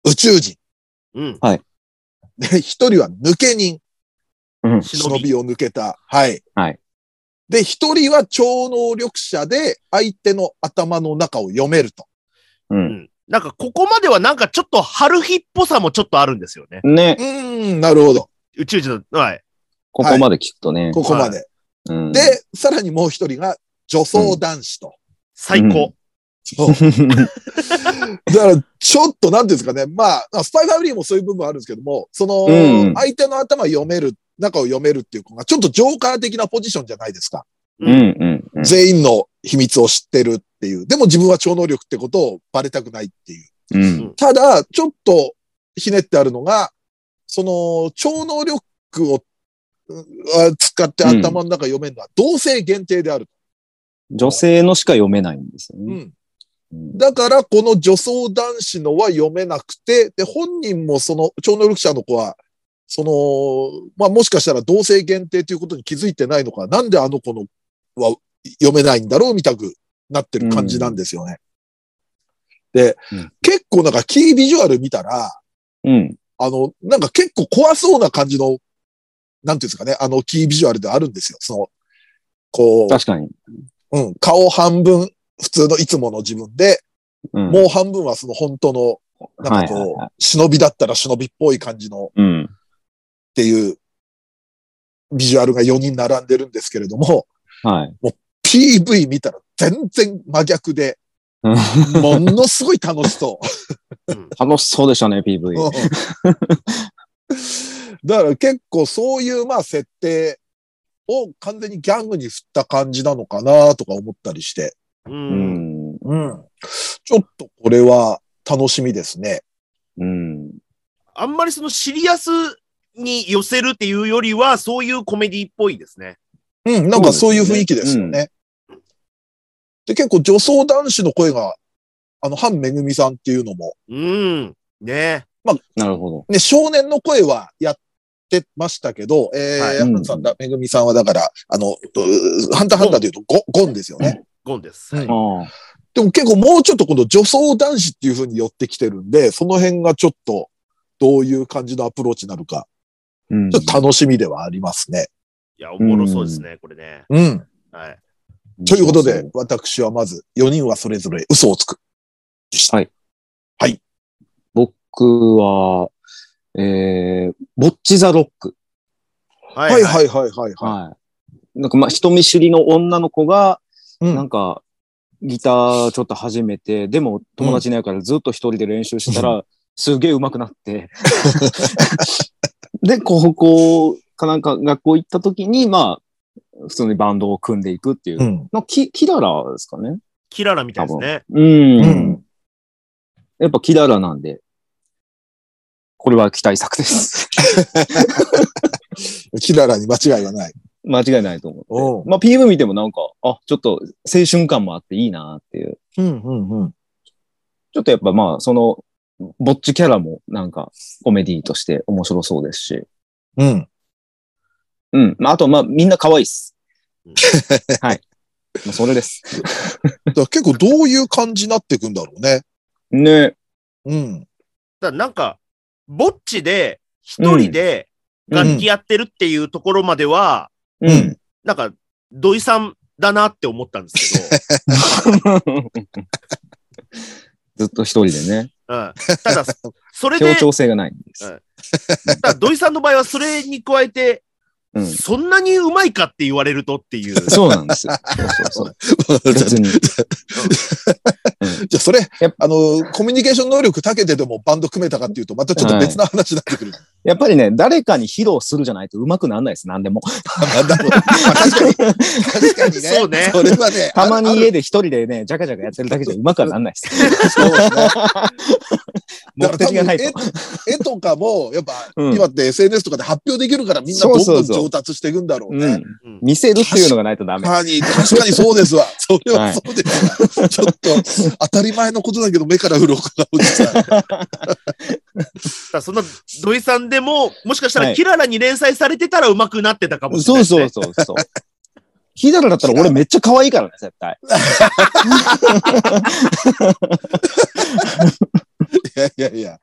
S2: 宇宙人、
S4: うん。
S2: で 一人は抜け人、
S3: うん。
S2: 忍
S4: 忍び。
S2: びを抜けた。はい。
S3: はい。
S2: で、一人は超能力者で、相手の頭の中を読めると。
S3: うん。
S4: なんか、ここまではなんかちょっと春日っぽさもちょっとあるんですよね。
S3: ね
S2: う、ーん、なるほど。
S4: 宇宙人の、はい。
S3: ここまで聞くとね。
S2: ここまで。
S3: うん、
S2: で、さらにもう一人が女装男子と。
S4: 最高。
S2: そうだから、ちょっとなんていうんですかね。まあ、スパイファミリーもそういう部分あるんですけども、その、
S3: うん
S2: 相手の頭読める、中を読めるっていう子が、ちょっとジョーカー的なポジションじゃないですか。
S3: うんうんうん。
S2: 全員の秘密を知ってるっていう。でも自分は超能力ってことをバレたくないっていう。
S3: うん。
S2: ただ、ちょっとひねってあるのが、その、超能力を、うんあ使って頭の中読めるのは同性限定である。
S3: 女性のしか読めないんですよ
S2: う
S3: ね。
S2: ん。
S3: うん
S2: だから、この女装男子のは読めなくて、で、本人もその、超能力者の子は、その、まあ、もしかしたら同性限定ということに気づいてないのか、なんであの子のは読めないんだろうみたくなってる感じなんですよね。で、
S3: うん
S2: 結構なんかキービジュアル見たら、
S3: うん。
S2: あの、なんか結構怖そうな感じの、なんていうんですかね、あのキービジュアルであるんですよ。その、こう、
S3: 確かに。
S2: うん、顔半分、普通のいつもの自分で、
S3: うん、
S2: もう半分はその本当の、なんか
S3: はいは
S2: こ
S3: いは
S2: う、忍びだったら忍びっぽい感じのっ
S3: うん。
S2: ていう、ビジュアルが4人並んでるんですけれども、
S3: はい。
S2: PV 見たら全然真逆で、
S3: うん
S2: ものすごい楽しそう。
S3: 楽しそうでしたね、PV。
S2: だから結構そういうまあ設定を完全にギャングに振った感じなのかなとか思ったりして。
S4: う。
S3: うんん。
S2: うん。ちょっとこれは楽しみですね。
S3: うん。
S4: あんまりそのシリアスに寄せるっていうよりは、そういうコメディっぽいですね。
S2: うん、なんかそういう雰囲気ですよ
S3: そう
S2: ね。で、
S3: で
S2: 結構女装男子の声が、あの、ハンめぐみさんっていうのも、
S4: うん。ね
S3: なるほ
S2: ね、少年の声はやってましたけど、えー、
S4: はい
S2: ハンさんだ、めぐみさんはだから、あの、うーハンターハンターで言うとゴゴンですよね。
S4: ゴンです。
S2: うん
S4: はい
S3: ど。ああ。
S2: でも結構もうちょっと今度女装男子っていう風に寄ってきてるんで、その辺がちょっとどういう感じのアプローチなるか、
S3: うん
S2: ちょっと楽しみではありますね。
S4: いや、おもろそうですね、これね。
S2: うん。
S4: はい。
S2: ということで、私はまず4人はそれぞれ嘘をつく。
S3: 僕は、えー、ボッチザロック。
S4: は
S2: はいはいはいはいは
S3: はい。なんかまあ人見知りの女の子が、
S2: い。う。
S3: なんんか、ギターちょっと始めて、でも友達いないからずっと一人で練習してたら、すげえ上手くな って。で、高校かなんか学校行った時に、まあ、普通にバンドを組んでいくっていう。
S2: うん。
S3: のキキララですかね
S4: キララみたいですね。
S3: うん,、
S2: うん
S3: やっぱキララなんで、これは期待作です。
S2: キララに間違いはない。
S3: 間違いないと思う。
S2: おう
S3: まあ PV 見てもなんか、あ、ちょっと青春感もあっていいなっていう。
S2: うんうんうん。
S3: ちょっとやっぱまあ、その、ぼっちキャラもなんかコメディとして面白そうですし。
S2: うん。
S3: うん。まあ、あとまあみんな可愛いっす
S4: うん。
S3: はい。もうそれです。
S2: だから結構どういう感じになっていくんだろうね。
S3: ね。
S2: うん。
S4: だからなんか、ぼっちで、一人で楽器やってるっていうところまでは、
S3: う
S2: うん
S3: ん。
S4: なんか、土井さんだなって思ったんですけど、
S3: ずっと一人でね。
S4: うん、ただ、それで
S3: 協、調性がないんです。
S4: ただ土井さんの場合はそれに加えて、
S3: うん。
S4: そんなにうまいかって言われるとっていう。
S3: そうなんですよ。そうそう そう。別に。
S2: じゃあそれ
S3: やっ、
S2: あの、コミュニケーション能力たけてでもバンド組めたかっていうと、またちょっと別な話になってくる。
S3: やっぱりね、誰かに披露するじゃないと上手くならないです、何でも。
S2: なんだろう。まあ確かに。確かにね。
S4: そうね
S2: それはね。
S3: たま
S2: あ
S3: に
S2: る
S3: 家で一人でね、ジャカジャカやってるだけじゃ上手くはならないです。
S2: そうですね。
S3: 目的がないと
S2: だ。から多分絵絵とかも、やっぱ、
S3: うん
S2: 今って SNS とかで発表できるからみんな
S3: そ
S2: ど
S3: うんそ
S2: ど
S3: うんそう
S2: 上達していくんだろうね。
S3: うん。
S4: うん
S3: 見せるっていうのがないとダメ。
S2: 確かに、確かにそうですわ。それはそうですわ。ちょっと、当たり前のことだけど、目から鱗が落ちた。
S4: ただそんな土井さんでも、もしかした
S3: は
S4: ら
S3: い
S4: キララに連載されてたらうまくなってたかもしれな
S3: そ
S4: いうですね、
S3: そうそうそう。ヒダラだったら俺めっちゃ可愛いからね、絶対。
S2: いやいやいや。いやいや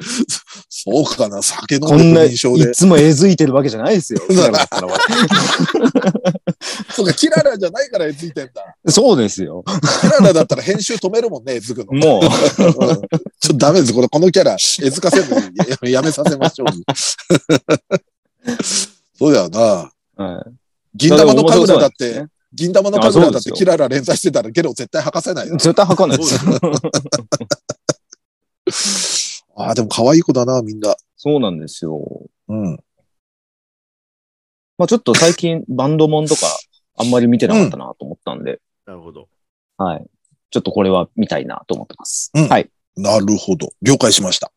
S2: そそうかな、酒飲
S3: こ
S2: ん
S3: ん
S2: でる
S3: な、い
S2: 印象で。
S3: つもえずいてるわけじゃないですよ。ヒダラだったら俺
S2: そうか、キララじゃないから絵ついてんだ。
S3: そうですよ。
S2: キララだったら編集止めるもんね、絵づくの。
S3: もう。
S2: うんちょっとダメです。これ、このキャラ、絵づかせるのややめさせましょう。そうだよな。
S3: はい
S2: 銀玉のカブラだっ
S3: 面白そうです
S2: て
S3: ね、
S2: 銀玉のカブラだ
S3: あそう
S2: っ
S3: です
S2: て
S3: よ
S2: キララ連載してたらゲロ絶対吐かせないよ。
S3: 絶対吐かないですよ。
S2: ああ、でも可愛い子だな、みんな。
S3: そうなんですよ。
S2: うん。
S3: まあちょっと最近バンドモンとかあんまり見てなかったなと思ったんで、
S4: なるほど。
S3: はい。ちょっとこれは見たいなと思ってます。
S2: うん
S3: はい。
S2: なるほど。了解しました。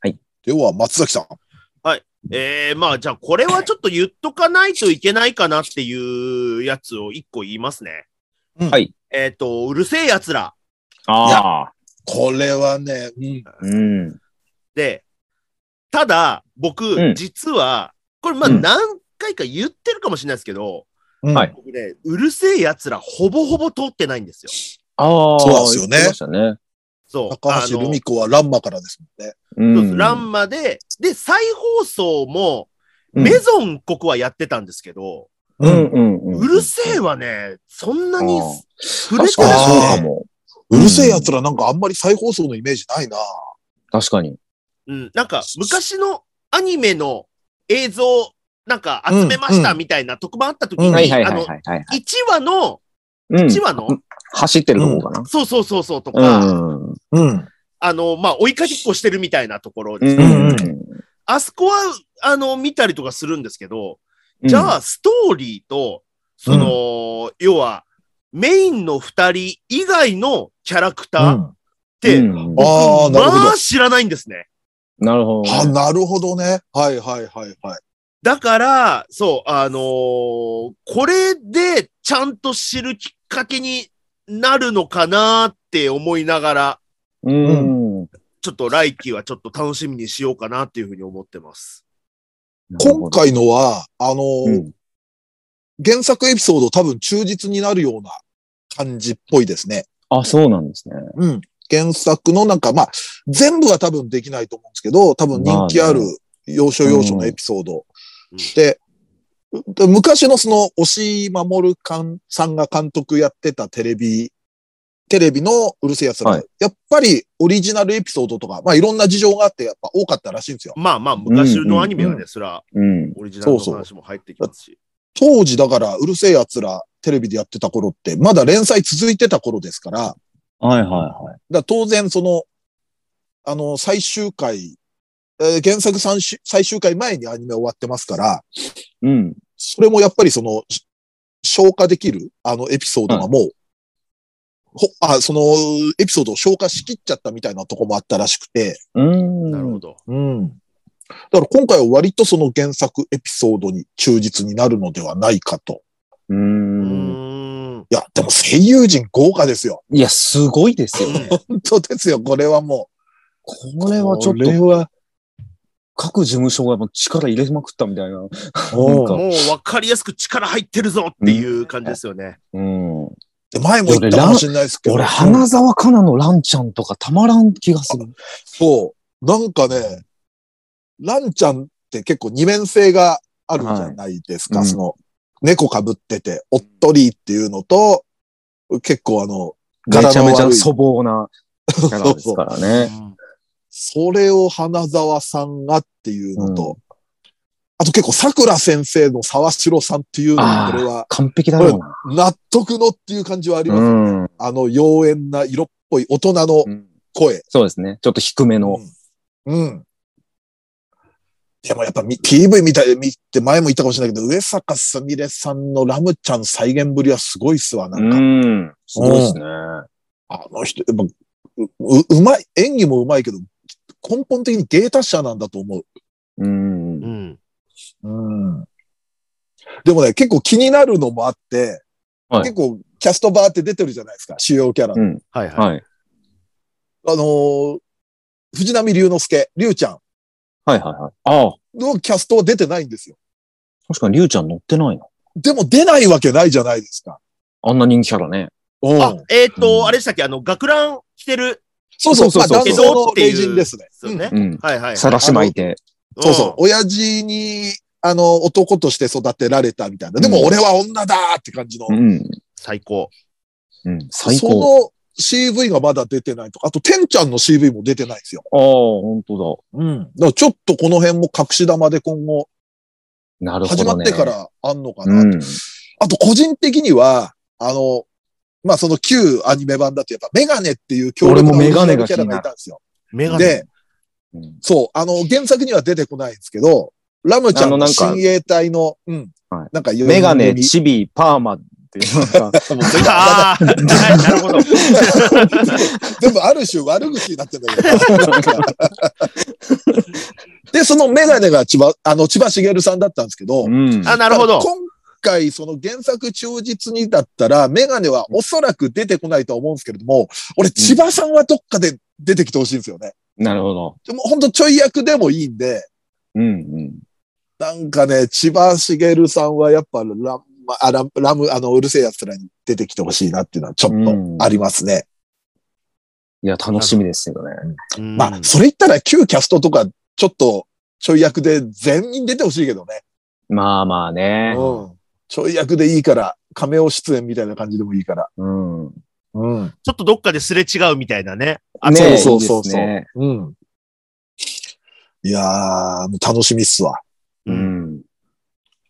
S3: はい。
S2: では、松崎さん。
S4: ええまあじゃあこれはちょっと言っとかないといけないかなっていうやつを一個言いますね。
S2: うん
S3: はい
S4: えっ、と、うるせえ奴ら
S3: ああ。
S2: これはね、うん。
S3: うん。
S4: で、ただ僕、
S3: うん
S4: 実は、これまあ
S3: うん
S4: 何回か言ってるかもしれないですけど、
S2: うん
S3: はい。
S4: 僕ね、うるせえ奴らほぼほぼ通ってないんですよ。
S3: ああ。
S2: そうなんですよね
S3: 言ってましたね。
S4: そう。
S2: 高橋留美子はランマからですもん
S4: あのそ
S2: ね。
S3: う
S4: うです
S3: ん。
S4: ランマで、で、再放送も、
S3: うん
S4: メゾンここはやってたんですけど、
S3: うんうんうん。
S4: うるせえはね、そんなに
S3: あー
S4: 触れ
S3: 確
S4: て
S3: かに
S4: ない。
S3: そうかも。
S2: うるせえ奴らなんかあんまり再放送のイメージないな。
S3: 確かに。
S4: うん、なんか昔のアニメの映像、なんか集めまし
S2: う
S4: た
S2: ん
S4: みたいな特番あった時
S2: う
S4: に、あ
S2: ん
S3: はい
S4: の、
S3: はいはい。
S4: 1話の、
S3: うん
S4: 1話の、
S3: 走ってるとこかな。
S4: そうそうそうそうと
S3: う
S4: か、
S3: ん。うん
S2: うん。
S4: あの、まあ、追いかけっこしてるみたいなところです、
S2: ん
S4: あそこは、あの、見たりとかするんですけど、じゃあ、ストーリーと、その、要は、メインの二人以外のキャラクタ
S2: う
S4: ーっ
S2: ん
S4: て、
S3: うん
S2: ああ、なるほ
S4: まあ、知らないんですね。
S3: なるほど
S2: ど。。あなるほどね。はいはいはいはい。
S4: だから、そう、あのーこれでちゃんと知るきっかけになるのかなって思いながら、
S3: うん。
S4: ちょっと来期はちょっと楽しみにしようかなっていうふうに思ってます。
S2: 今回のは、あの
S3: う
S2: ー、
S3: ん、
S2: 原作エピソード多分忠実になるような感じっぽいですね。
S3: あ、そうなんですね。
S2: うん。原作のなんか、まあ、全部は多分できないと思うんですけど、多分人気ある
S3: まあ
S2: 要所要所のエピソード
S4: うん
S2: で、で昔のその、押井守かんさんが監督やってたテレビ、テレビのうるせえやつら、
S3: はい
S2: やっぱりオリジナルエピソードとか、まあいろんな事情があってやっぱ多かったらしいんですよ。
S4: まあまあ、昔のアニメは
S2: うんう
S4: ね、そら、
S3: うん。
S4: オリジナルの
S2: そうそう
S4: 話も入ってきますし。
S2: 当時だからうるせえやつらテレビでやってた頃って、まだ連載続いてた頃ですから、
S3: はいはいは
S2: だから当然その、あの、最終回、えー原作三週最終回前にアニメ終わってますから、
S3: い。うん。
S2: それもやっぱりその、し消化できる、あのエピソードがもう、ほあその、エピソードを消化しきっちゃったみたいなとこもあったらしくて、
S3: うん。
S4: なるほど。
S2: うん。だから今回は割とその原作エピソードに忠実になるのではないかと。
S3: う
S4: うー
S3: ん。
S4: ん。
S2: いや、でも声優陣豪華ですよ。
S3: いや、すごいですよ。
S2: 本当ですよ、これはも
S3: これはちょっ
S2: これ
S3: と、各事務所がもう力入れまくったみたいな。
S2: う。
S3: なんか
S4: もう分かりやすく力入ってるぞっていう感じですよね。
S3: うん。
S2: で前も言ったかもしれないですけど。
S3: 俺、花澤香菜のランちゃんとかたまらん気がする。
S2: そう。なんかね、ランちゃんって結構二面性があるじゃないですか。
S3: はいうん
S2: その、猫被ってて、おっとりっていうのと、結構あの、
S3: め
S2: 柄
S3: ちゃ
S2: の
S3: めち
S2: 悪
S3: ゃ
S2: い。
S3: 粗暴なキャラですからね。
S2: それを花沢さんがっていうのと、
S3: う
S2: あと結構桜先生の沢城さんっていうの
S3: あ
S2: も、
S3: ー
S2: これは
S3: 完璧だろうな。
S2: 納得のっていう感じはあります。
S3: うん。
S2: あの、妖艶な色っぽい大人の声。
S3: そうですね。ちょっと低めの。
S2: うん。うんでもやっぱみ PV 見た、見て前も言ったかもしれないけど、上坂すみれさんのラムちゃん再現ぶりはすごいっすわ、なんか。
S3: ん。すごいですね。
S2: あの人、やっぱう、う、うまい、演技もうまいけど、根本的に芸達者なんだと思
S3: うん
S4: う。ん。
S2: う。うん。でもね、結構気になるのもあって、
S3: はい
S2: 結構キャストバーって出てるじゃないですか、主要キャラ。
S3: うん
S4: はいはい。
S3: はい。
S2: あのー藤波龍之介、龍ちゃん
S3: はいはいはい。ああ、
S2: のキャストは出てないんですよ。
S3: 確かにリュウちゃん乗ってないな。
S2: でも出ないわけないじゃないですか。
S3: あんな人気キャラね。
S2: うん
S4: あ、えっ
S3: うん
S4: と、あれでしたっけあの、学ラン着てる
S2: そうそう
S3: そ
S2: そうう。
S3: そうそう
S2: 男性の霊人ですね。
S4: ですよね。
S3: うん。
S4: はいはい。
S3: さらし巻いて。
S4: うん
S2: そうそう。親父に、あの、男として育てられたみたいな。で
S3: うん
S2: も俺は女だって感じの。
S3: うん。
S4: 最高。
S3: うん。最
S2: そ
S3: 高。
S2: の CV がまだ出てないとか。あと、てんちゃんの CV も出てないんですよ。
S3: ああ、本当
S2: うん。だからちょっとこの辺も隠し玉で今後、
S3: だ。なるほ
S2: 始ま
S3: ど
S2: っ
S3: ね。
S2: てか。らあんのかな。
S3: うん。
S2: あと、個人的には、あの、まあ、その旧アニメ版だとやっぱメガネっていう強力な
S3: 俺もメガネが
S2: オリジナルキャラがいたんですよ。
S4: メガネ。
S2: で、そう、あの、原作には出てこないんですけど、ラムちゃん
S3: あの
S2: の
S3: なんか
S2: 親衛隊の、うん
S3: はい。
S2: なんか、
S3: メガネ、
S2: 読み
S3: チビ、パーマっていうな んか。
S4: ああ、はいなるほど。
S2: 全部ある種悪口になってんだ けど。なんかで、そのメガネが千葉、あの、千葉茂さんだったんですけど、
S3: うん。
S4: あ、なるほど。
S2: 今回、その原作忠実にだったら、メガネはおそらく出てこないとは思うんですけれども、俺、千葉さんはどっかで出てきてほしいんですよね。
S3: なるほど。
S2: でも、ほんとちょい役でもいいんで、
S3: うんうん。
S2: なんかね、千葉茂さんはやっぱラム、あラムラム、あの、うるせえ奴らに出てきてほしいなっていうのはちょっ
S3: うん
S2: とありますね。
S3: いや、楽しみですよね。
S2: まあ、それ言ったら旧キャストとか、ちょっと、ちょい役で全員出てほしいけどね。
S3: まあまあね。
S2: うん。ちょい役でいいから、亀尾出演みたいな感じでもいいから。
S3: う
S2: う
S3: ん。
S2: ん。
S4: ちょっとどっかですれ違うみたいなね。あ
S3: ねえ
S2: そうそうそうそう
S3: いいですね
S2: うん。いやー、もう楽しみっすわ。
S4: う
S3: うん。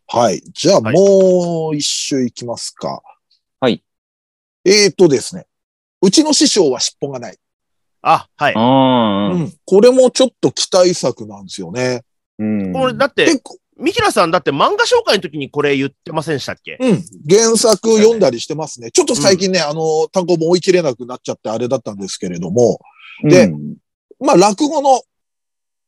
S2: はい。じゃあ、
S4: はい
S2: もう一周いきますか。
S3: はい。
S2: えーとですね。うちの師匠は尻尾がない。
S4: あ、はい。
S3: ああ。
S2: うん。これもちょっと期待作なんですよね。
S3: うん
S4: これ、だって、
S2: 結構、
S4: ミキラさんだって漫画紹介の時にこれ言ってませんでしたっけ
S2: うん。原作読んだりしてますね。ちょっと最近ね、あの、単行本追い切れなくなっちゃってあれだったんですけれども、で
S3: うん
S2: まあ、落語の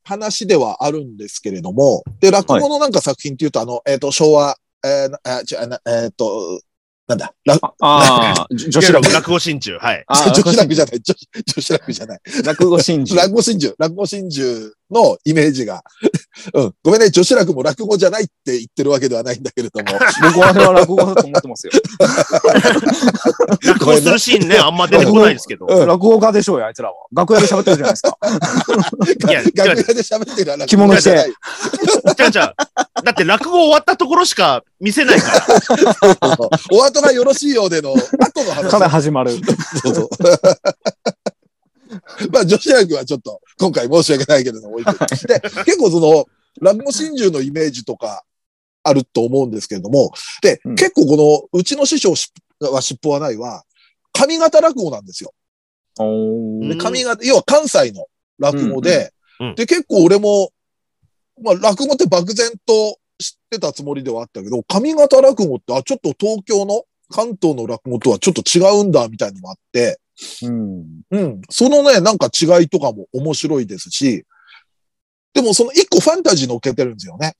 S2: 話ではあるんですけれども、で、落語のなんか作品っていうと、あの、えっ、と、昭和、えーなあちょあなえっ、と、なんだ、落
S3: ああー、女
S4: 女
S3: 子
S4: 子
S3: 落
S4: 落
S3: 語。
S4: 語心中。はい。
S3: あー
S2: 女子落じゃない、女子女子落じゃない。
S3: 落語真珠。
S2: 落語真珠、落語真珠のイメージが、 うん、ごめんね、女子落も落語じゃないって言ってるわけではないんだけれども、
S3: 僕はあれは落語だと思ってますよ。
S4: 落語するシーンね、あんま出てこないですけど。
S2: うん
S3: 落語家でしょうよ、あいつらは。楽屋で喋ってるじゃな いですか。
S4: いや、違
S2: 楽屋
S4: う
S2: で喋ってる話
S3: 着物着て
S2: じゃない。
S4: 違う違う。だって落語終わったところしか見せないから。
S2: お後がよろしいようでの、後の話。
S3: から始まる。
S2: そう そう。まあ、女子役はちょっと、今回申し訳ないけれども、置いといてで、結構その、落語真珠のイメージとか、あると思うんですけれども、で、
S3: うん
S2: 結構この、うちの師匠しは尻尾はないは、上方落語なんですよ。
S3: お
S4: う
S2: で
S4: ん
S3: ー
S2: 上方、要は関西の落語で、
S4: うんうんうん
S2: で、結構俺も、まあ、落語って漠然と知ってたつもりではあったけど、上方落語って、あ、ちょっと東京の、関東の落語とはちょっと違うんだ、みたいにもあって、
S3: うん。
S2: うん。そのね、なんか違いとかも面白いですし、でもその一個ファンタジー乗っけてるんですよね。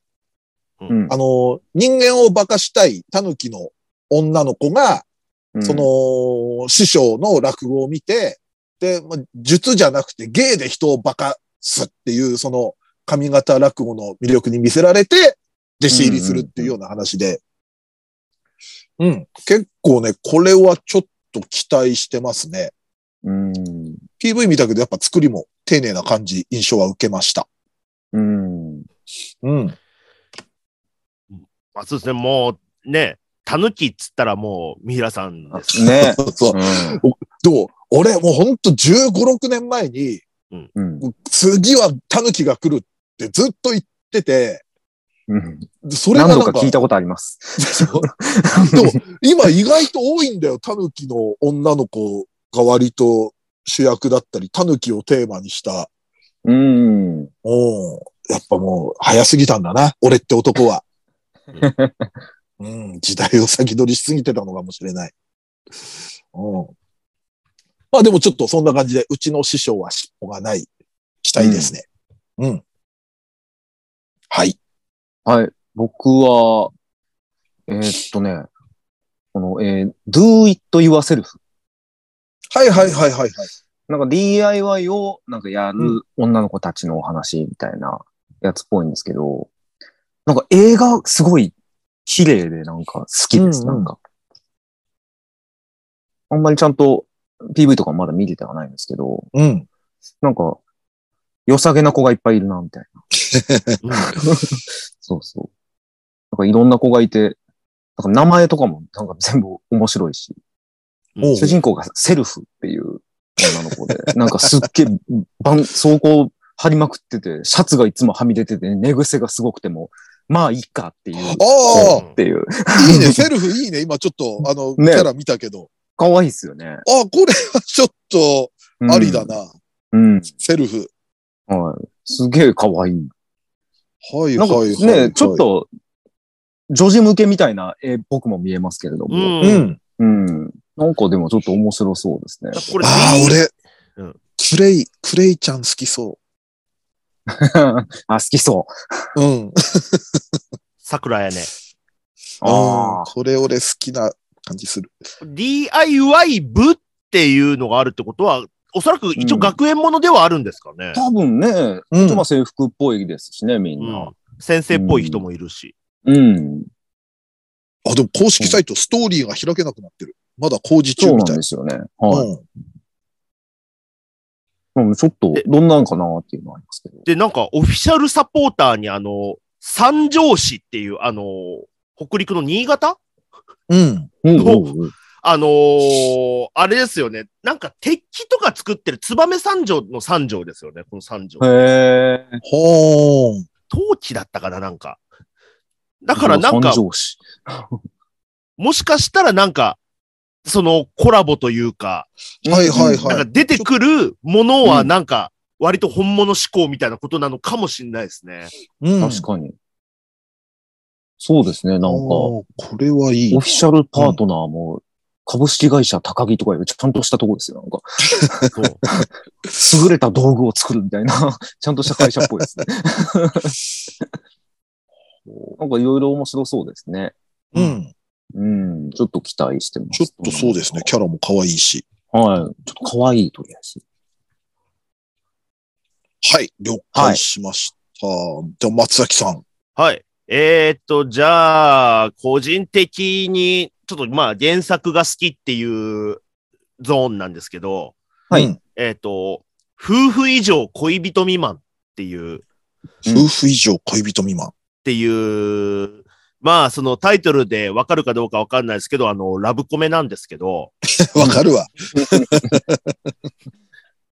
S3: うん
S2: あの、人間を化かしたい狸の女の子が、そ、の、師匠の落語を見て、で、まあ術じゃなくて芸で人を化かすっていう、その、上方落語の魅力に見せられて、弟子入りするっていうような話で。うん。結構ね、これはちょっと期待してますね。
S3: うん。
S2: PV 見たけど、やっぱ作りも丁寧な感じ、印象は受けました。
S3: うん。
S2: うん。
S4: まあ、そうですね、もう、ね、たぬきっつったらもう、三浦さんです。
S3: ね。
S2: そうそう。
S3: うん
S2: どう俺、もうほんと15、6年前に、
S3: うん
S2: 次は狸が来るってずっと言ってて、
S3: うん
S2: それが
S3: 何
S2: なん
S3: 度
S2: か、
S3: か聞いたことあります。
S2: でも今意外と多いんだよ。狸の女の子が割と主役だったり、狸をテーマにした。
S3: うん。
S2: うん。やっぱもう早すぎたんだな。俺って男は。うん、時代を先取りしすぎてたのかもしれない。うん。まあでもちょっとそんな感じで、うちの師匠は尻尾がない期待ですね。うん。はい。
S3: はい。僕は、えーっとね、この、えー do it yourself。
S2: はいはいはいはいはい。
S3: なんか DIY をなんかやる女の子たちのお話みたいなやつっぽいんですけど、なんか映画すごい綺麗でなんか好きです、
S2: うんうん
S3: なんか。あんまりちゃんと PV とかまだ見れてはないんですけど、
S2: うん。
S3: なんか良さげな子がいっぱいいるな、みたいな。そうそう。なんかいろんな子がいて、なんか名前とかもなんか全部面白いし、
S2: おう
S3: 主人公がセルフっていう女の子 で、なんかすっげえ、ばん走行張りまくってて、シャツがいつもはみ出てて、寝癖がすごくても、まあいいかっていう、
S2: あ
S3: っていう。
S2: あ、いいね、セルフいいね。今ちょっと、あの、
S3: ね
S2: キャラ見たけど。
S3: 可愛いっすよね。
S2: ああ、これはちょっと、ありだな。
S3: うん。
S2: セルフ。
S3: うん。はい。すげえ可愛い。
S2: はいは
S3: なんか
S2: いはい、はい。
S3: ね、ちょっ。と、女児向けみたいな絵っぽくも見えますけれど
S4: う。
S3: も。
S2: うんん。
S3: うん。なんかでもちょっと面白そうで すね。
S4: これ、
S2: ああ、俺、
S4: うん
S2: クレイ、クレイちゃん好きそ
S3: あ、好きそう。
S2: う。うん。
S4: 桜やね。
S2: あ
S3: あ
S2: あ、これ俺好きな感じする。
S4: DIY 部っていうのがあるってことは、おそらく一
S3: う
S4: 応
S3: ん
S4: 学園ものではあるんですかね
S3: あ。。多分ね、
S2: うん
S3: まあ制服っぽいですしね、み
S4: うん
S3: な。
S4: ん、先生っぽい人もいるし。
S3: うん。
S2: あ、でも公式サイト、ストーリーが開けなくなってる。まだ工事中
S3: そう
S2: み
S3: な
S2: たい
S3: ん
S2: な
S3: で。すよね。はい。
S2: うん
S3: うんちょっと
S4: え、
S3: どんなんかなっていうのはありますけど。
S4: で、なんかオフィシャルサポーターにあの、三条市っていうあの、北陸の新潟
S2: うん。
S3: うんんうん。
S4: あのーあれですよね。なんか鉄器とか作ってる燕三条の三条ですよね、この三条。
S3: へえ。
S2: ほーん。
S4: 陶器だったかな、なんか。だからなんか
S3: 三、条市
S4: もしかしたらなんか、そのコラボというか、
S2: はいはい
S4: なん
S2: は
S4: か
S2: い。
S4: 出てくるものはなんか、割と本物志向みたいなことなのかもしれないですね。
S2: うん。
S3: 確かに。そうですね、なんか、オ
S2: おーこれはいい
S3: フィ。シャルパートナーも、株式会社高木とかいうちゃんとしたとこですよ。なんか、
S4: そう
S3: 優れた道具を作るみたいな、 ちゃんとした会社っぽいですね。なんかいろいろ面白そうですね。
S2: うん。
S3: うん、ちょっと期待してます。
S2: ちょっとそうですね。キャラも可愛いし。
S3: はい。ちょっと可愛いとりあえず。
S2: はい。了解しました。じゃあ、松崎さん。
S4: はい。えーっと、じゃあ、個人的に、ちょっとまあ原作が好きっていうゾーンなんですけど、
S3: はい
S2: うん
S4: えーっと、夫婦以上恋人未満っていう、っ
S2: 夫婦以上恋人未満。
S4: ていう、まあそのタイトルでわかるかどうかわかんないですけど、あの、ラブコメなんですけど、
S2: わかるわ。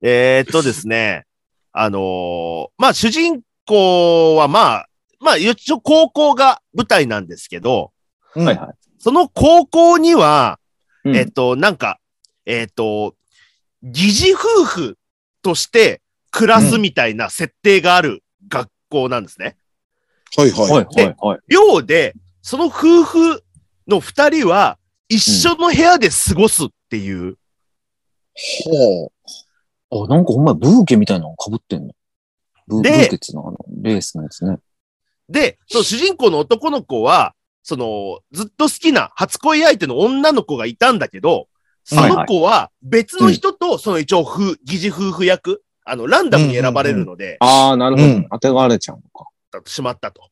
S4: えーっとですね、あのーまあ、主人公は、まあ、まあ、一応高校が舞台なんですけど、
S2: うん
S3: はいは
S4: その高校には、
S3: い。うん
S4: えっと、なんか、えーっと、疑似夫婦として暮らすみたいな設定がある学校なんですね。
S2: はいは。
S3: はいいはいはい。
S4: 寮で、その夫婦の二人は一緒の部屋で過ごすっていう、
S2: ほう。
S3: あ、なんかほんまやブーケみたいなの被ってんの。ブ
S4: で
S3: ブーケっつうのあの、レースのやつね。
S4: で、その主人公の男の子は、その、ずっと好きな初恋相手の女の子がいたんだけど、その子は別の人と、その一応、夫疑似夫婦役、あの、ランダムに選ばれるので、
S3: ああ、なるほ
S2: う
S3: ど
S2: ん。
S3: 当てがわれちゃうのか。
S4: しまったと。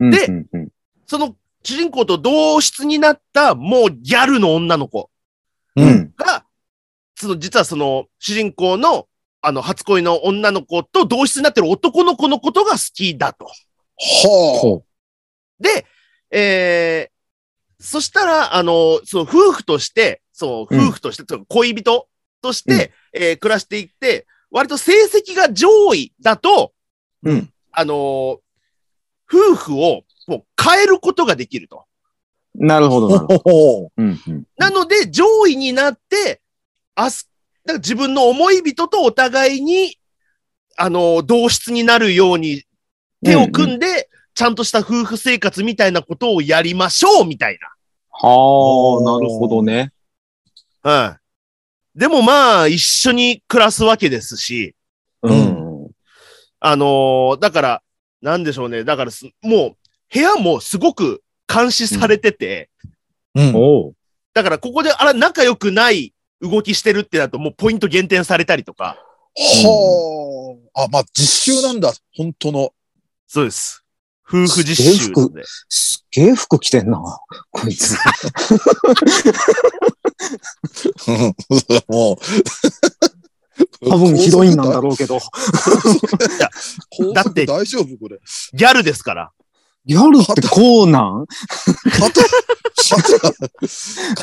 S3: うん
S4: で
S3: うんうん
S4: その主人公と同室になった、もうギャルの女の子
S2: う。
S3: うんん。
S4: が、その、実はその、主人公の、あの、初恋の女の子と同室になってる男の子のことが好きだと。
S2: ほう。
S3: ほ
S4: で、えー、そしたら、あの、その夫婦として、そう、
S3: うん
S4: 夫婦として、その恋人とし
S3: うん
S4: て、えー暮らしていって、割と成績が上位だと、
S2: うん
S4: あのー夫婦をもう変えることができると。
S3: う。なるほど、なるほ
S2: ほ
S3: ど。
S2: うほう。
S3: うんうん
S4: なので、上位になって、あす、なんか自分の思い人とお互いに、あのー同室になるように手を組んで、ちゃんとした夫婦生活みたいなことをやりましょうみたいな。
S3: はあ、なるほどね。
S4: はい。でもまあ、一緒に暮らすわけですし、
S3: うん。
S4: あのーだから、なんでしょうね。だからす、もう、部屋もすごく監視されてて、
S2: うん。
S3: おう。
S4: だからここで、あら、仲良くない動きしてるってなると、もうポイント減点されたりとか。
S2: ほう。あ、まあ、実習なんだ。本当の。
S4: そうです。夫婦実習なんで。
S3: すっげえ服着てんな、こいつ。
S2: もう。
S3: 多分ヒロインなんだろうけど。
S2: 高速
S4: だって
S2: 大丈夫これ。
S4: ギャルですから。
S3: ギャルってこうなん
S2: 肩、肩が、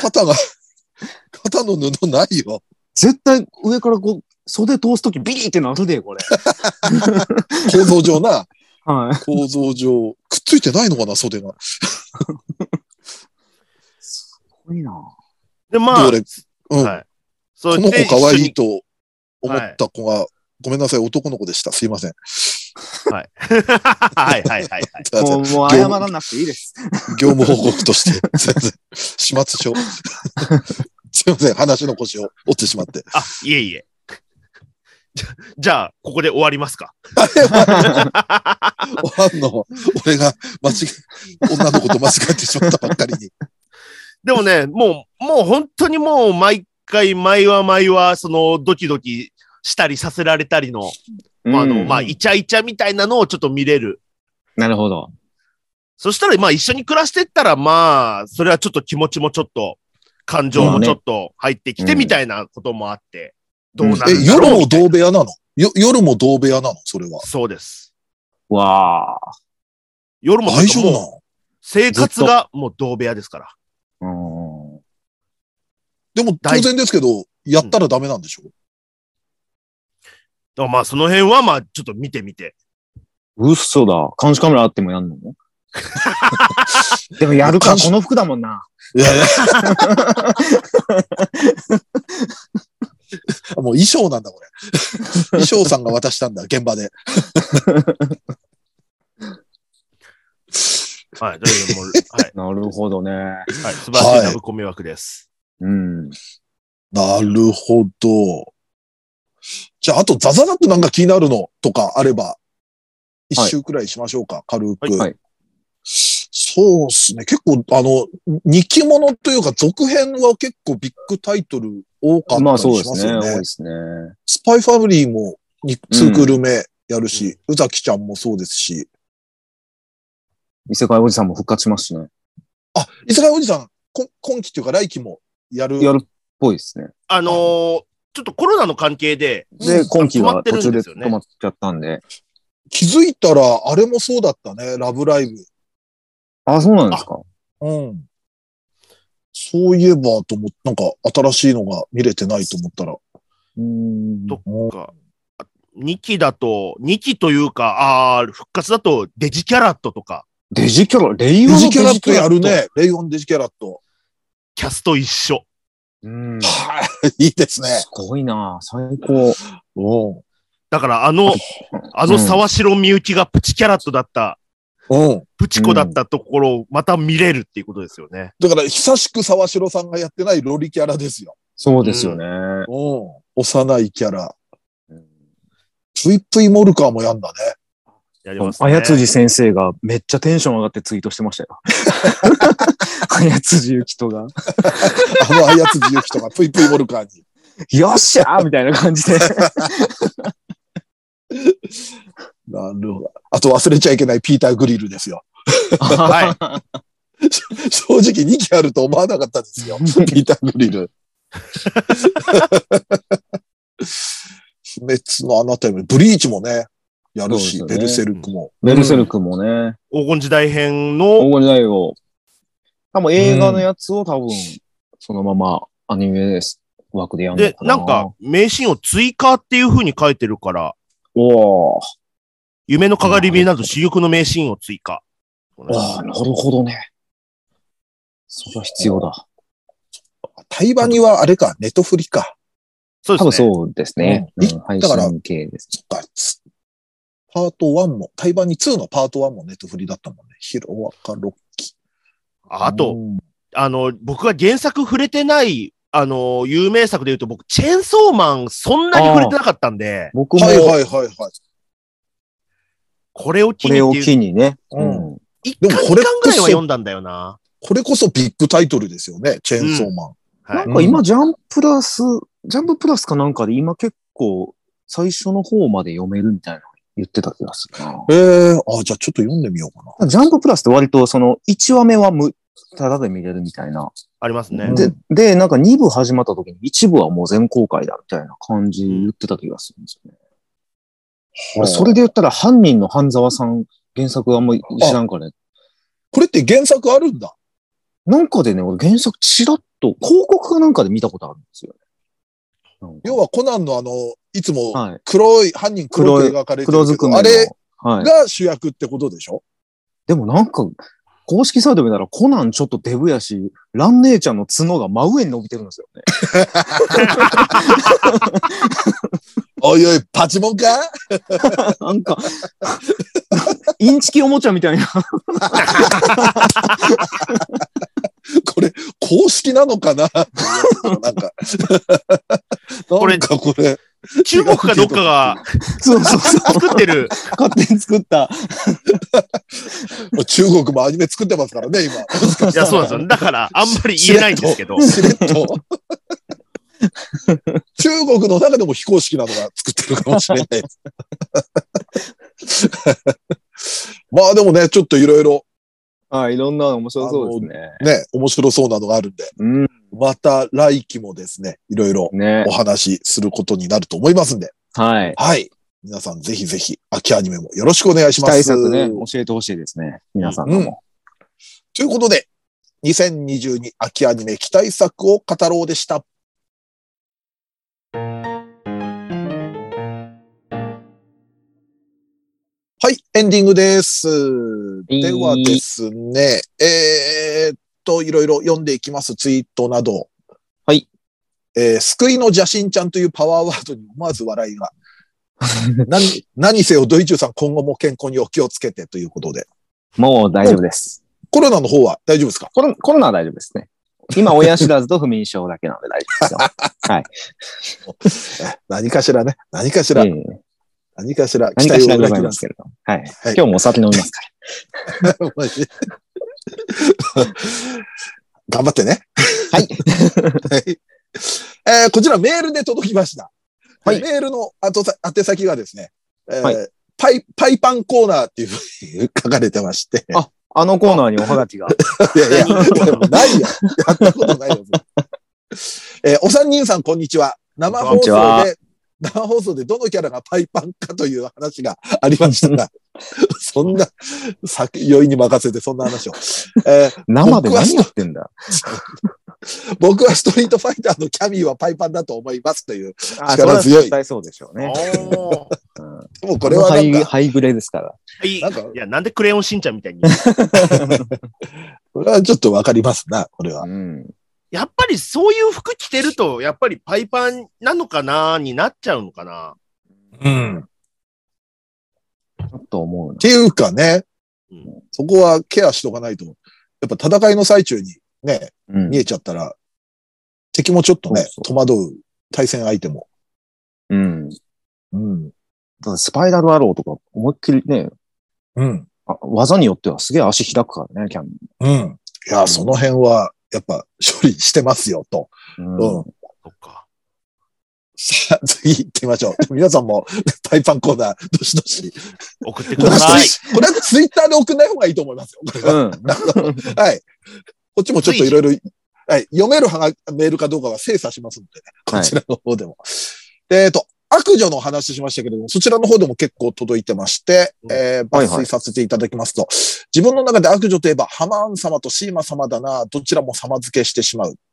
S2: 肩が、肩の布ないよ。
S3: 絶対上からこう、袖通すときビリってなるで、これ。
S2: 構造上な。
S3: はい。
S2: 構造上。くっついてないのかな、袖が。
S3: すごいな。
S4: で、まあ、
S2: どれうん。
S4: はい。そ
S2: こ
S4: う
S2: の
S4: で
S2: 子可愛
S4: 一緒
S2: い
S4: に
S2: と思った子が、ごめんなさい、男の子でした。すいません。
S4: はいはいはいはい。
S3: もう、もう謝らなくていい です。
S2: 業務報告として、全然、始末 書。すいません、話の腰を折ってしまって。
S4: あ、いえいえ。じゃあ、ここで終わりますか。
S2: おはんの、俺が間違え、女の子と間違えてしまったばっかりに。
S4: でもね、もう、もう本当にもう毎回、毎は毎は、その、ドキドキしたりさせられたりの、まああの、まあ、イチャイチャみたいなのをちょっと見れる。
S3: なるほど。
S4: そしたら、まあ、一緒に暮らしてったら、まあ、それはちょっと気持ちもちょっと、感情もちょっと入ってき
S3: まあ
S4: て
S3: ね
S4: みたいなこともあって、どう な
S2: え
S4: るん、だ
S2: 夜
S4: ろう
S2: も同部屋なのよ夜も同部屋なのそれは。
S4: そうです。
S3: わあ。
S4: 夜も
S2: 大丈夫
S4: も
S2: な
S4: う
S2: の
S4: 生活がもう同部屋ですから。
S3: うん
S2: でも当然ですけど、やったらダメなんでしょ、
S4: だからまあその辺はまあちょっと見てみて。
S3: 嘘だ。監視カメラあってもや んのでもやるか、
S2: 監視
S3: この服だもんな。
S2: い やいや。もう衣装なんだ、これ。衣装さんが渡したんだ、現場
S4: は
S2: で。
S4: い。ということでもうはい。
S3: なるほどね。
S4: はい。素晴らしいラブコメ枠です。
S3: うん。
S2: なるほど。じゃあ、あとザザザッとなんか気になるのとかあれば、一周くらいしましょうか、軽く。
S4: はい
S3: はい
S2: そうですね。結構、あの、日記ものというか、続編は結構ビッグタイトル多かったりし
S3: ま
S2: ま
S3: あ
S2: す
S3: そう
S2: よ
S3: で
S2: ね。
S3: すね。多いですね。
S2: スパイファミリーもに
S3: うん
S2: ツークール目やるし、宇崎ちゃんもそうですし。
S3: 異世界おじさんも復活しますしね。
S2: あ、伊勢おじさん、こ今期っていうか来期もやる。
S3: やるっぽいですね。
S4: あのーちょっとコロナの関係で、
S3: で、
S2: うん
S3: 今期は途
S4: 止まってる
S3: 中で
S4: んですよね
S3: 止まっちゃったんで。
S2: 気づいたら、あれもそうだったね、ラブライブ。
S3: あ、そうなんですか。
S2: うん。そういえばと思って、なんか新しいのが見れてないと思ったら。
S3: うん
S4: とか、2期だと、2期というか、あー復活だとデジキャラットとか、
S3: デジキャラ、レ
S2: デ
S3: イオンの
S2: ジキャラットやる。ね。レイオンデジキャラット。
S4: キャスト一緒。
S3: うん。
S2: はい、いいですね。
S3: すごいな最高。
S2: うん。
S4: だからあの、あの沢城みゆきがプチキャラットだった、
S2: うん。
S4: プチ子だったところをまた見れるっていうことですよね。
S2: だから、久しく沢城さんがやってないロリキャラですよ。
S3: そうですよね。
S2: うん。幼いキャラ。
S3: うん
S2: ぷいぷいモルカーもやんだね。
S4: やります、ね。
S3: あやつじ先生がめっちゃテンション上がってツイートしてましたよ。あやつじゆきとが、
S2: あの、あやつ自由とがぷいぷいモルカーに。
S3: よっしゃーみたいな感じで。
S2: なるほど。あと忘れちゃいけないピーター・グリルですよ。
S4: はい。
S2: 正直2期あると思わなかったです よ。ピーター・グリル。不滅のあなたより、ブリーチもね、やるし、
S3: そう
S2: ベ
S3: ですよね
S2: ルセルクも。
S3: ベルセルクもね、
S4: 黄金時代編の、
S3: 黄金時代を、多分映画のやつを多分、そのままアニメ枠でやるの
S4: で、
S3: かな。
S4: なんか、、名シーンを追加っていう風に書いてるから、
S3: おー
S4: 夢の鏡火など珠玉の名シーンを追加。
S3: ああ、なるほどね。それは必要だ。
S2: 対バニはあれか、ネトフリか。
S4: そうで
S3: 多分
S4: すね。
S3: そうですね。
S2: うん
S3: うん配
S2: だから
S3: 信系です。
S2: そっか、つパート1も、対バニ2のパート1もネトフリだったもんね。ヒロワカロッキ。
S4: あと、
S2: うん
S4: あの、僕が原作触れてない、あの、有名作で言うと僕、チェーンソーマンそんなに触れてなかったんで、
S3: 僕も、
S2: はいはいはいはい。
S4: これを機
S3: こ
S4: に
S3: れを
S4: っていう、
S3: 機にね。
S2: うん
S3: うん
S4: 一
S2: で
S4: 巻
S2: も
S4: 二
S2: これこ
S4: 巻
S2: そ
S4: ぐらいは読んだんだよな。
S2: これこそビッグタイトルですよね、チェーンソーマン。
S4: は。
S3: ないんか今、ジャンプラス、ジャンププラスかなんかで今結構最初の方まで読めるみたいなの言ってた気がするな。
S2: ええあ、じゃあちょっと読んでみようかな。
S3: ジャンププラスって割とその1話目は無、ただで見れるみたいな。
S4: ありますね。
S2: うん
S3: で、で、なんか2部始まった時に1部はもう全公開だみたいな感じ言ってた気がするんですよね。俺それで言ったら犯人の半沢さん原作あんまり知らんからね。
S2: これって原作あるんだ。
S3: なんかでね、俺原作チラッと広告かなんかで見たことあるんですよね。なんか
S2: 要はコナンのあの、いつも
S3: はい。
S2: 黒い、犯人黒く描かれて
S3: 黒
S2: る
S3: ず
S2: け
S3: くめ
S2: ど、
S3: の。
S2: あれ
S3: はい。
S2: が主役ってことでしょ
S3: でもなんか、公式サイト見たらコナンちょっとデブやし、ラン姉ちゃんの角が真上に伸びてるんですよね。
S2: おいおい、パチモンか
S3: なん か、インチキおもちゃみたいな。
S2: これ、公式なのかな なんか。
S4: こ
S2: な
S4: れ
S2: んかこれ、
S4: 中国かどっかが
S3: そうそうそう。
S4: 作ってる、
S3: 勝手に作った。
S2: 中国もアニメ作ってますからね、今。
S4: いや、そうなんですよ。だから、あんまり言えないんですけど。
S2: しれっと。 中国の中でも非公式なのが作ってるかもしれないです。 まあでもね、ちょっといろいろ
S3: はい、いろんなの面白そうですね。
S2: ね、面白そうなのがあるんで、
S3: うん。
S2: また来期もですね、いろいろ
S3: ね
S2: お。話しすることになると思いますんで、
S3: はい。
S2: はい。皆さんぜひぜひ、秋アニメもよろしくお願いし
S3: 期
S2: ます。
S3: 待作ね、教えてほしいですね。皆さんのも。
S2: ということで、2022秋アニメ期待作を語ろうでした。はい、エンディングです。ではですね、えーっと、いろいろ読んでいきます、ツイートなど。
S3: はい。
S2: えー救いの邪神ちゃんというパワーワードに思わず笑いが。 何、何せよドイチューさん今後も健康にお気をつけてということで。
S3: もう大丈夫です。
S2: コロナの方は大丈夫ですか
S3: コロコロナは大丈夫ですね。今、親知らずと不眠症だけなので大 丈
S2: 何かしらね。何かしら
S3: 夫です。よええ。
S2: 何かしら期
S3: 何か
S2: 待を
S3: しらご
S2: 裏切ら
S3: ざいま
S2: ず
S3: すけれど。はい。
S2: はい
S3: 今日もお酒飲みますから。
S2: マジ 頑張ってね。
S3: は い。
S2: はいえーこちらメールで届きました。
S3: はい
S2: メールの後さ宛先がですね、えー
S3: は
S2: パイ、パイパンコーナーっていうふうに 書かれてまして。
S3: ああのコーナーにおはがきが。
S2: いやいや、でもないよ。やったことないよ。えーお三人さん、こんにちは。生
S4: こん
S2: 放
S3: にちは
S2: 送で、生放送でどのキャラがパイパンかという話がありましたが、 そんな、先、酔いに任せてそんな話を。えー
S3: 生で何やってんだ
S2: 僕はストリートファイターのキャミーはパイパンだと思いますという。
S3: あ
S2: 力強い
S3: それは絶対そうでしょうね。
S4: おー
S2: でもこ
S3: こ
S2: れは
S3: ハ
S2: な
S3: イ
S2: んか、
S3: ハイグレですから。
S4: はい。い
S2: なんか
S4: や、なんでクレヨンしんちゃんみたいに。
S2: これはちょっとわかりますな、これは。
S3: うん。
S4: やっぱりそういう服着てると、やっぱりパイパンなのかなになっちゃうのかな。
S1: うん。
S3: ちょっと思うな
S2: っ。ていうかね
S4: うん、
S2: そこはケアしとかないと、やっぱ戦いの最中にね、
S3: うん
S2: 見えちゃったら、敵もちょっとね、
S3: そう
S2: 戸惑う対戦相手も。
S3: うん。
S2: うん。
S3: だってスパイラルアローとか思いっきりね、
S2: うん。
S3: あ技によってはすげえ足開くからね、キャンデ
S2: うん。いや、その辺は、やっぱ処理してますよ、と。
S3: ィ
S2: うん。
S3: うん。
S4: そっか。
S2: さあ、次行ってみましょう。皆さんも、パイパンコーナー、どしどし。
S4: 送ってく
S2: これ
S4: だ
S2: は
S4: さい。
S2: ツイこれはツイッターで送んない方がいいと思いますよ。これは
S3: うん。
S2: はい。こっちもちょっといろいろ、はい、読めるはが、メールかどうかは精査しますので、ね、こちらの方でも。えっと、悪女の話しましたけれども、そちらの方でも結構届いてまして、
S4: うん
S2: えー
S3: はい
S2: 抜
S3: は
S2: 粋
S3: い
S2: させていただきますと、自分の中で悪女といえば、ハマーン様とシーマ様だな、どちらも様付けしてしまう。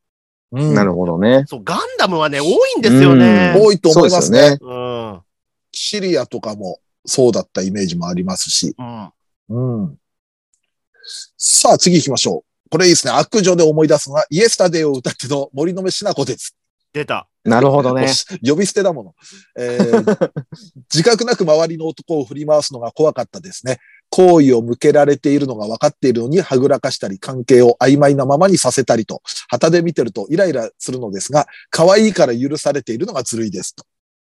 S2: うん
S3: なるほどね。
S4: そう、ガンダムはね、多いんですよね。
S2: 多いと思いますね
S3: そうでよ。
S4: うん。うん。
S2: シリアとかもそうだったイメージもありますし。うん。さあ、次行きましょう。これいいですね。悪女で思い出すのは、イエスタデーを歌っての森の目しなこです。
S4: 出た。
S3: なるほどね。
S2: 呼び捨てだもの。え ー自覚なく周りの男を振り回すのが怖かったですね。好意を向けられているのが分かっているのに、はぐらかしたり、関係を曖昧なままにさせたりと、旗で見てるとイライラするのですが、可愛いから許されているのがずるいですと。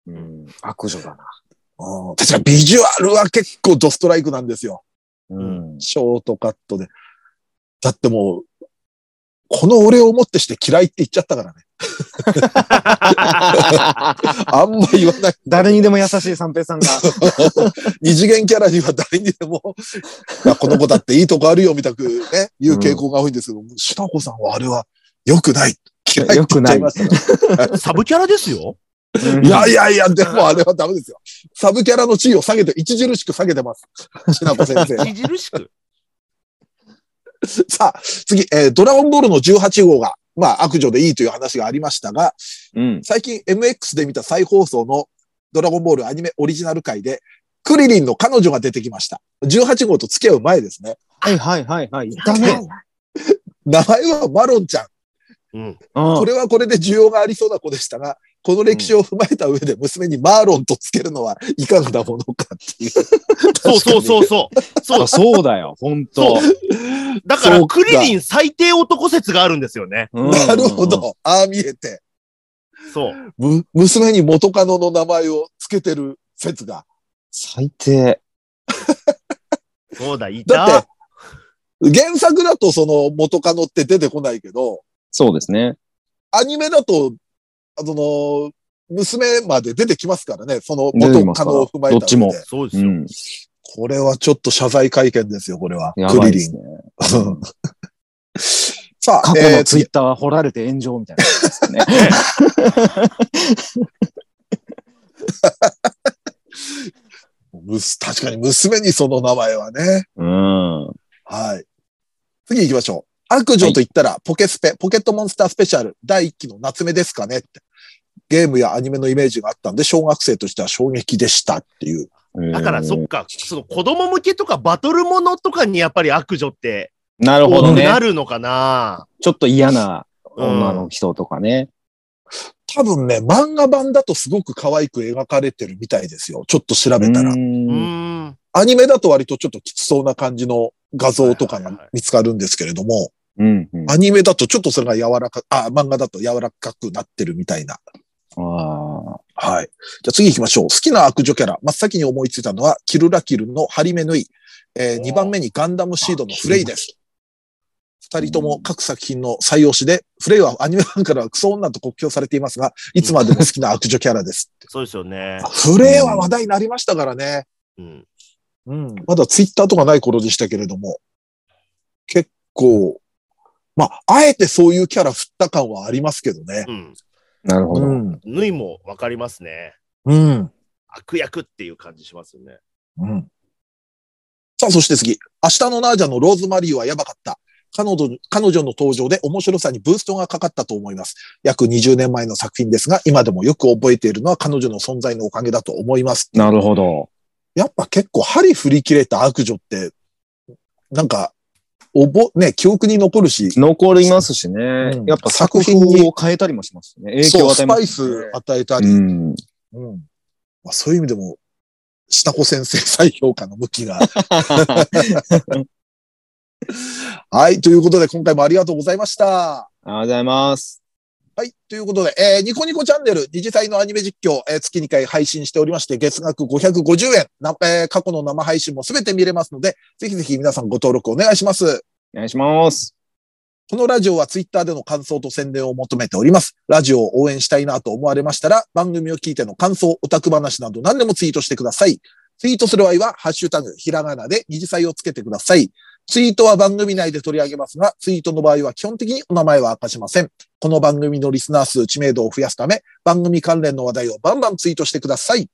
S3: うん。悪女だな。
S2: うん確かビジュアルは結構ドストライクなんですよ。
S3: うん。
S2: ショートカットで。だってもう、この俺をもってして嫌いって言っちゃった からね。あんま言わない。
S3: 誰にでも優しい三平さんが。
S2: 二次元キャラには誰にでも、まあこの子だっていいとこあるよ、みたくね、言う傾向が多いんですけど、しなこさんはあれは良く ない。嫌いって言っちゃいましたから
S4: サブキャラですよ。
S3: うん
S2: いやいやいや、でもあれはダメですよ。サブキャラの地位を下げて、著しく下げてます。しなこ先生。
S4: 著しく。
S2: さあ、次、えードラゴンボールの18号が、まあ、悪女でいいという話がありましたが、
S3: うん。
S2: 最近 MX で見た再放送のドラゴンボールアニメオリジナル回で、クリリンの彼女が出てきました。18号と付き合う前ですね。
S3: はいはいはいはい。だね。
S2: 名前はマロンちゃん。
S4: うん。
S2: こ
S3: こ
S2: れはこれで需要がありそうな子でしたが、この歴史を踏まえた上で娘にマーロンと付けるのはいかがなものかっていう。
S4: そうそうそうそう。そう。
S3: そうだよ、本当
S4: だから、
S2: そうか
S4: クリリン最低男説があるんですよね。
S3: うん
S2: なるほ。ど。ああ見えて。
S4: そう。
S2: む娘に元カノの名前を付けてる説が。
S3: 最低。
S4: そうだ、い
S2: だったて。、原作だとその元カノって出てこないけど、
S3: そうですね。
S2: アニメだと、あの、娘まで出てきますからね。その
S3: 出て
S2: 元
S3: きます
S2: カ
S3: から
S2: ノを踏まえた上で
S3: どっちも
S4: そうで
S3: う
S4: すよ。
S3: ん。
S2: これはちょっと謝罪会見ですよ、これは。
S3: や
S2: ク
S3: ばい
S2: リ
S3: で
S2: リ
S3: す
S2: ン。
S3: ね。
S2: さあ
S3: 過、去
S2: え
S3: の
S2: ー、
S3: ツイ
S2: 次
S3: ッ。ターは掘られて炎上みたいなことですよね。
S2: むす確かに娘にその名前はね。
S3: うん。
S2: はい。次行きましょう。悪女と言ったら、ポケスペ、ポケットモンスタースペシャル、第1期の夏目ですかねって。ゲームやアニメのイメージがあったんで、小学生としては衝撃でしたっていう。
S4: だからそっか、その子供向けとかバトルものとかにやっぱり悪女って、
S3: なるほどね。
S4: なるのかな
S3: ちょっと嫌な
S4: うん
S3: 女の人とかね。
S2: 多分ね、漫画版だとすごく可愛く描かれてるみたいですよ。ちょっと調べたら。
S4: う
S3: うん
S4: ん。
S2: アニメだと割とちょっときつそうな感じの画像とか
S4: はいはいは
S2: が
S4: い
S2: 見つかるんですけれども、
S3: うんうん
S2: アニメだとちょっとそれが柔らか、あ、漫画だと柔らかくなってるみたいな。
S3: ああ
S2: はい。じゃあ次行きましょう。好きな悪女キャラ。真っ先に思いついたのは、キルラキルのハリメヌイ。え
S4: おー
S2: 2番目にガンダムシードのフレイです。二人とも各作品の採用しで、フレイはアニメファンからはクソ女と酷評されていますが、いつまでも好きな悪女キャ ラです。
S4: そうですよね。
S2: フレイは話題になりましたからね。
S4: うん。
S2: うん。まだツイッターとかない頃でしたけれども、結構、まあ、あえてそういうキャラ振った感はありますけどね。
S4: うん。
S3: なるほ
S2: う
S3: ど。
S2: ん。
S4: ぬいもわかりますね。
S2: うん。
S4: 悪役っていう感じしますよね。
S2: うんさあ、そして次。明日のナージャのローズマリーはやばかった。彼女、彼女の登場で面白さにブーストがかかったと思います。約20年前の作品ですが、今でもよく覚えているのは彼女の存在のおかげだと思います。
S3: なるほど。
S2: やっぱ結構針振り切れた悪女って、なんか、おぼ、ね、記憶に残るし、
S3: 残りますしね。
S2: ん
S3: やっぱ作
S2: 作品に
S3: 風を変えたりもしますしね。影響
S2: そ
S3: を
S2: う、
S3: 与え
S2: ス
S3: ま
S2: パ
S3: す
S2: イ
S3: しね
S2: ス与えたり、
S3: うん。
S2: うんまあ、そういう意味でも、下子先生再評価の向きが。はい。ということで、今回もありがとうございました。
S3: ありがとうございます。
S2: はい。ということで、えーニコニコチャンネル、二次祭のアニメ実況、えー月2回配信しておりまして、月額550円、なえー過去の生配信もすべて見れますので、ぜひぜひ皆さんご登録お願いします。
S3: お願いします。
S2: このラジオはツイッターでの感想と宣伝を求めております。ラジオを応援したいなと思われましたら、番組を聞いての感想、オタク話など何でもツイートしてください。ツイートする場合は、ハッシュタグ、ひらがなで二次祭をつけてください。ツイートは番組内で取り上げますが、ツイートの場合は基本的にお名前は明かしません。この番組のリスナー数、知名度を増やすため、番組関連の話題をバンバンツイートしてください。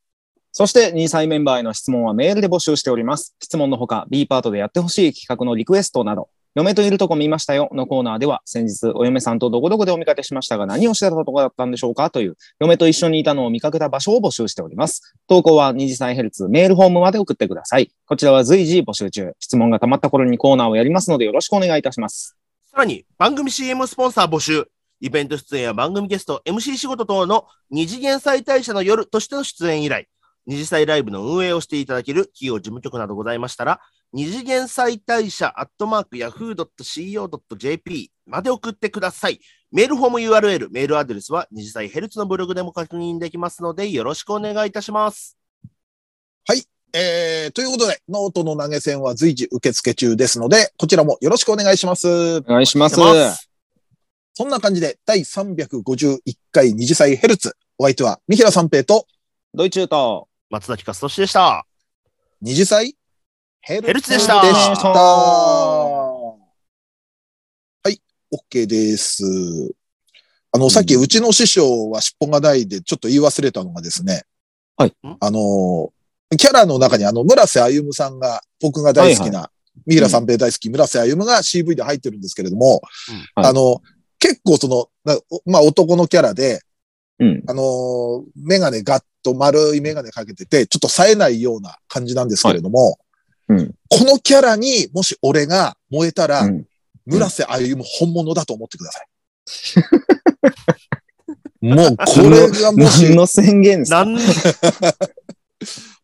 S3: そして、2歳メンバーへの質問はメールで募集しております。質問のほか、B パートでやってほしい企画のリクエストなど、嫁といるとこ見ましたよのコーナーでは、先日、お嫁さんとどこどこでお見かけしましたが、何をしてたとこだったんでしょうかという、嫁と一緒にいたのを見かけた場所を募集しております。投稿は2次再ヘルツメールフォームまで送ってください。こちらは随時募集中。質問が溜まった頃にコーナーをやりますので、よろしくお願いいたします。
S4: さらに、番組 CM スポンサー募集。イベント出演や番組ゲスト、MC 仕事等の二次元祭大社の夜としての出演以来、二次祭ライブの運営をしていただける企業事務局などございましたら、二次元祭大社アットマーク yahoo.co.jp まで送ってください。メールフォーム URL、メールアドレスは二次祭ヘルツのブログでも確認できますので、よろしくお願いいたします。
S2: えー、ということで、ノートの投げ銭は随時受付中ですので、こちらもよろしくお願いします。
S3: お願いします。
S4: お待ちしてます
S2: そんな感じで、第351回二次祭ヘルツ。お相手は、三平三平と
S3: ドイチューと、
S4: 松崎勝利でした。
S2: 二次祭ヘ
S4: ヘルツでした
S2: でした
S3: は
S2: はい、OK です。あの、さっき、
S3: うん
S2: うちの師匠は尻尾がないで、ちょっと言い忘れたのがですね。
S3: はい
S4: ん
S2: あの、キャラの中に、あの、村瀬歩さんが、僕が大好きな、三平三平大好き、村瀬歩が CV で入ってるんですけれども、
S3: うんはい
S2: あの、結構その、なおまあ、男のキャラで、
S3: うん。
S2: あのーメガネガッと丸いメガネかけてて、ちょっと冴えないような感じなんですけれども、
S3: はいうん
S2: このキャラにもし俺が燃えたら、
S3: うん
S2: 村瀬歩も本物だと思ってください。もう、これがも
S3: 何
S2: し、
S3: の宣言ですか
S4: なん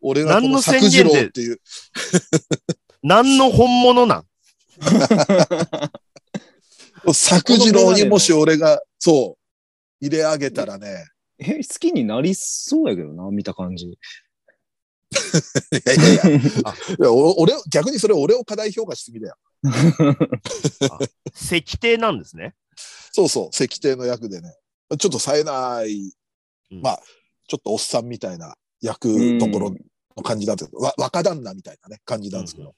S2: 俺がこ
S4: 何
S2: の
S4: の宣
S2: 作
S4: 言で
S2: 次郎っていう、
S4: 何の本物なん
S2: 作次郎にもし俺が、そう、入れ上げたらね、
S3: え、好きになりそうやけどな、見た感じ。
S2: いやいやいや、いやお俺、逆にそれ俺を過大評価しすぎだよ。
S4: 石庭なんですね。
S2: そうそう、石庭の役でね、ちょっと冴えない
S4: うん
S2: まあちょっとおっさんみたいな 役ところの感じなんですけど、わ若旦那みたいなね、感じなんですけど、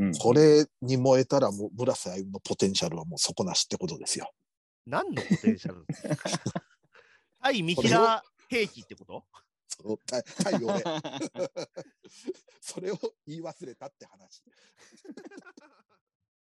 S3: うん
S2: これに燃えたらもう村瀬歩夢のポテンシャルはもう底なしってことですよ。
S4: 何のポテンシャル 対見切ら兵器ってこと
S2: その対対応で。それを言い忘れたって話。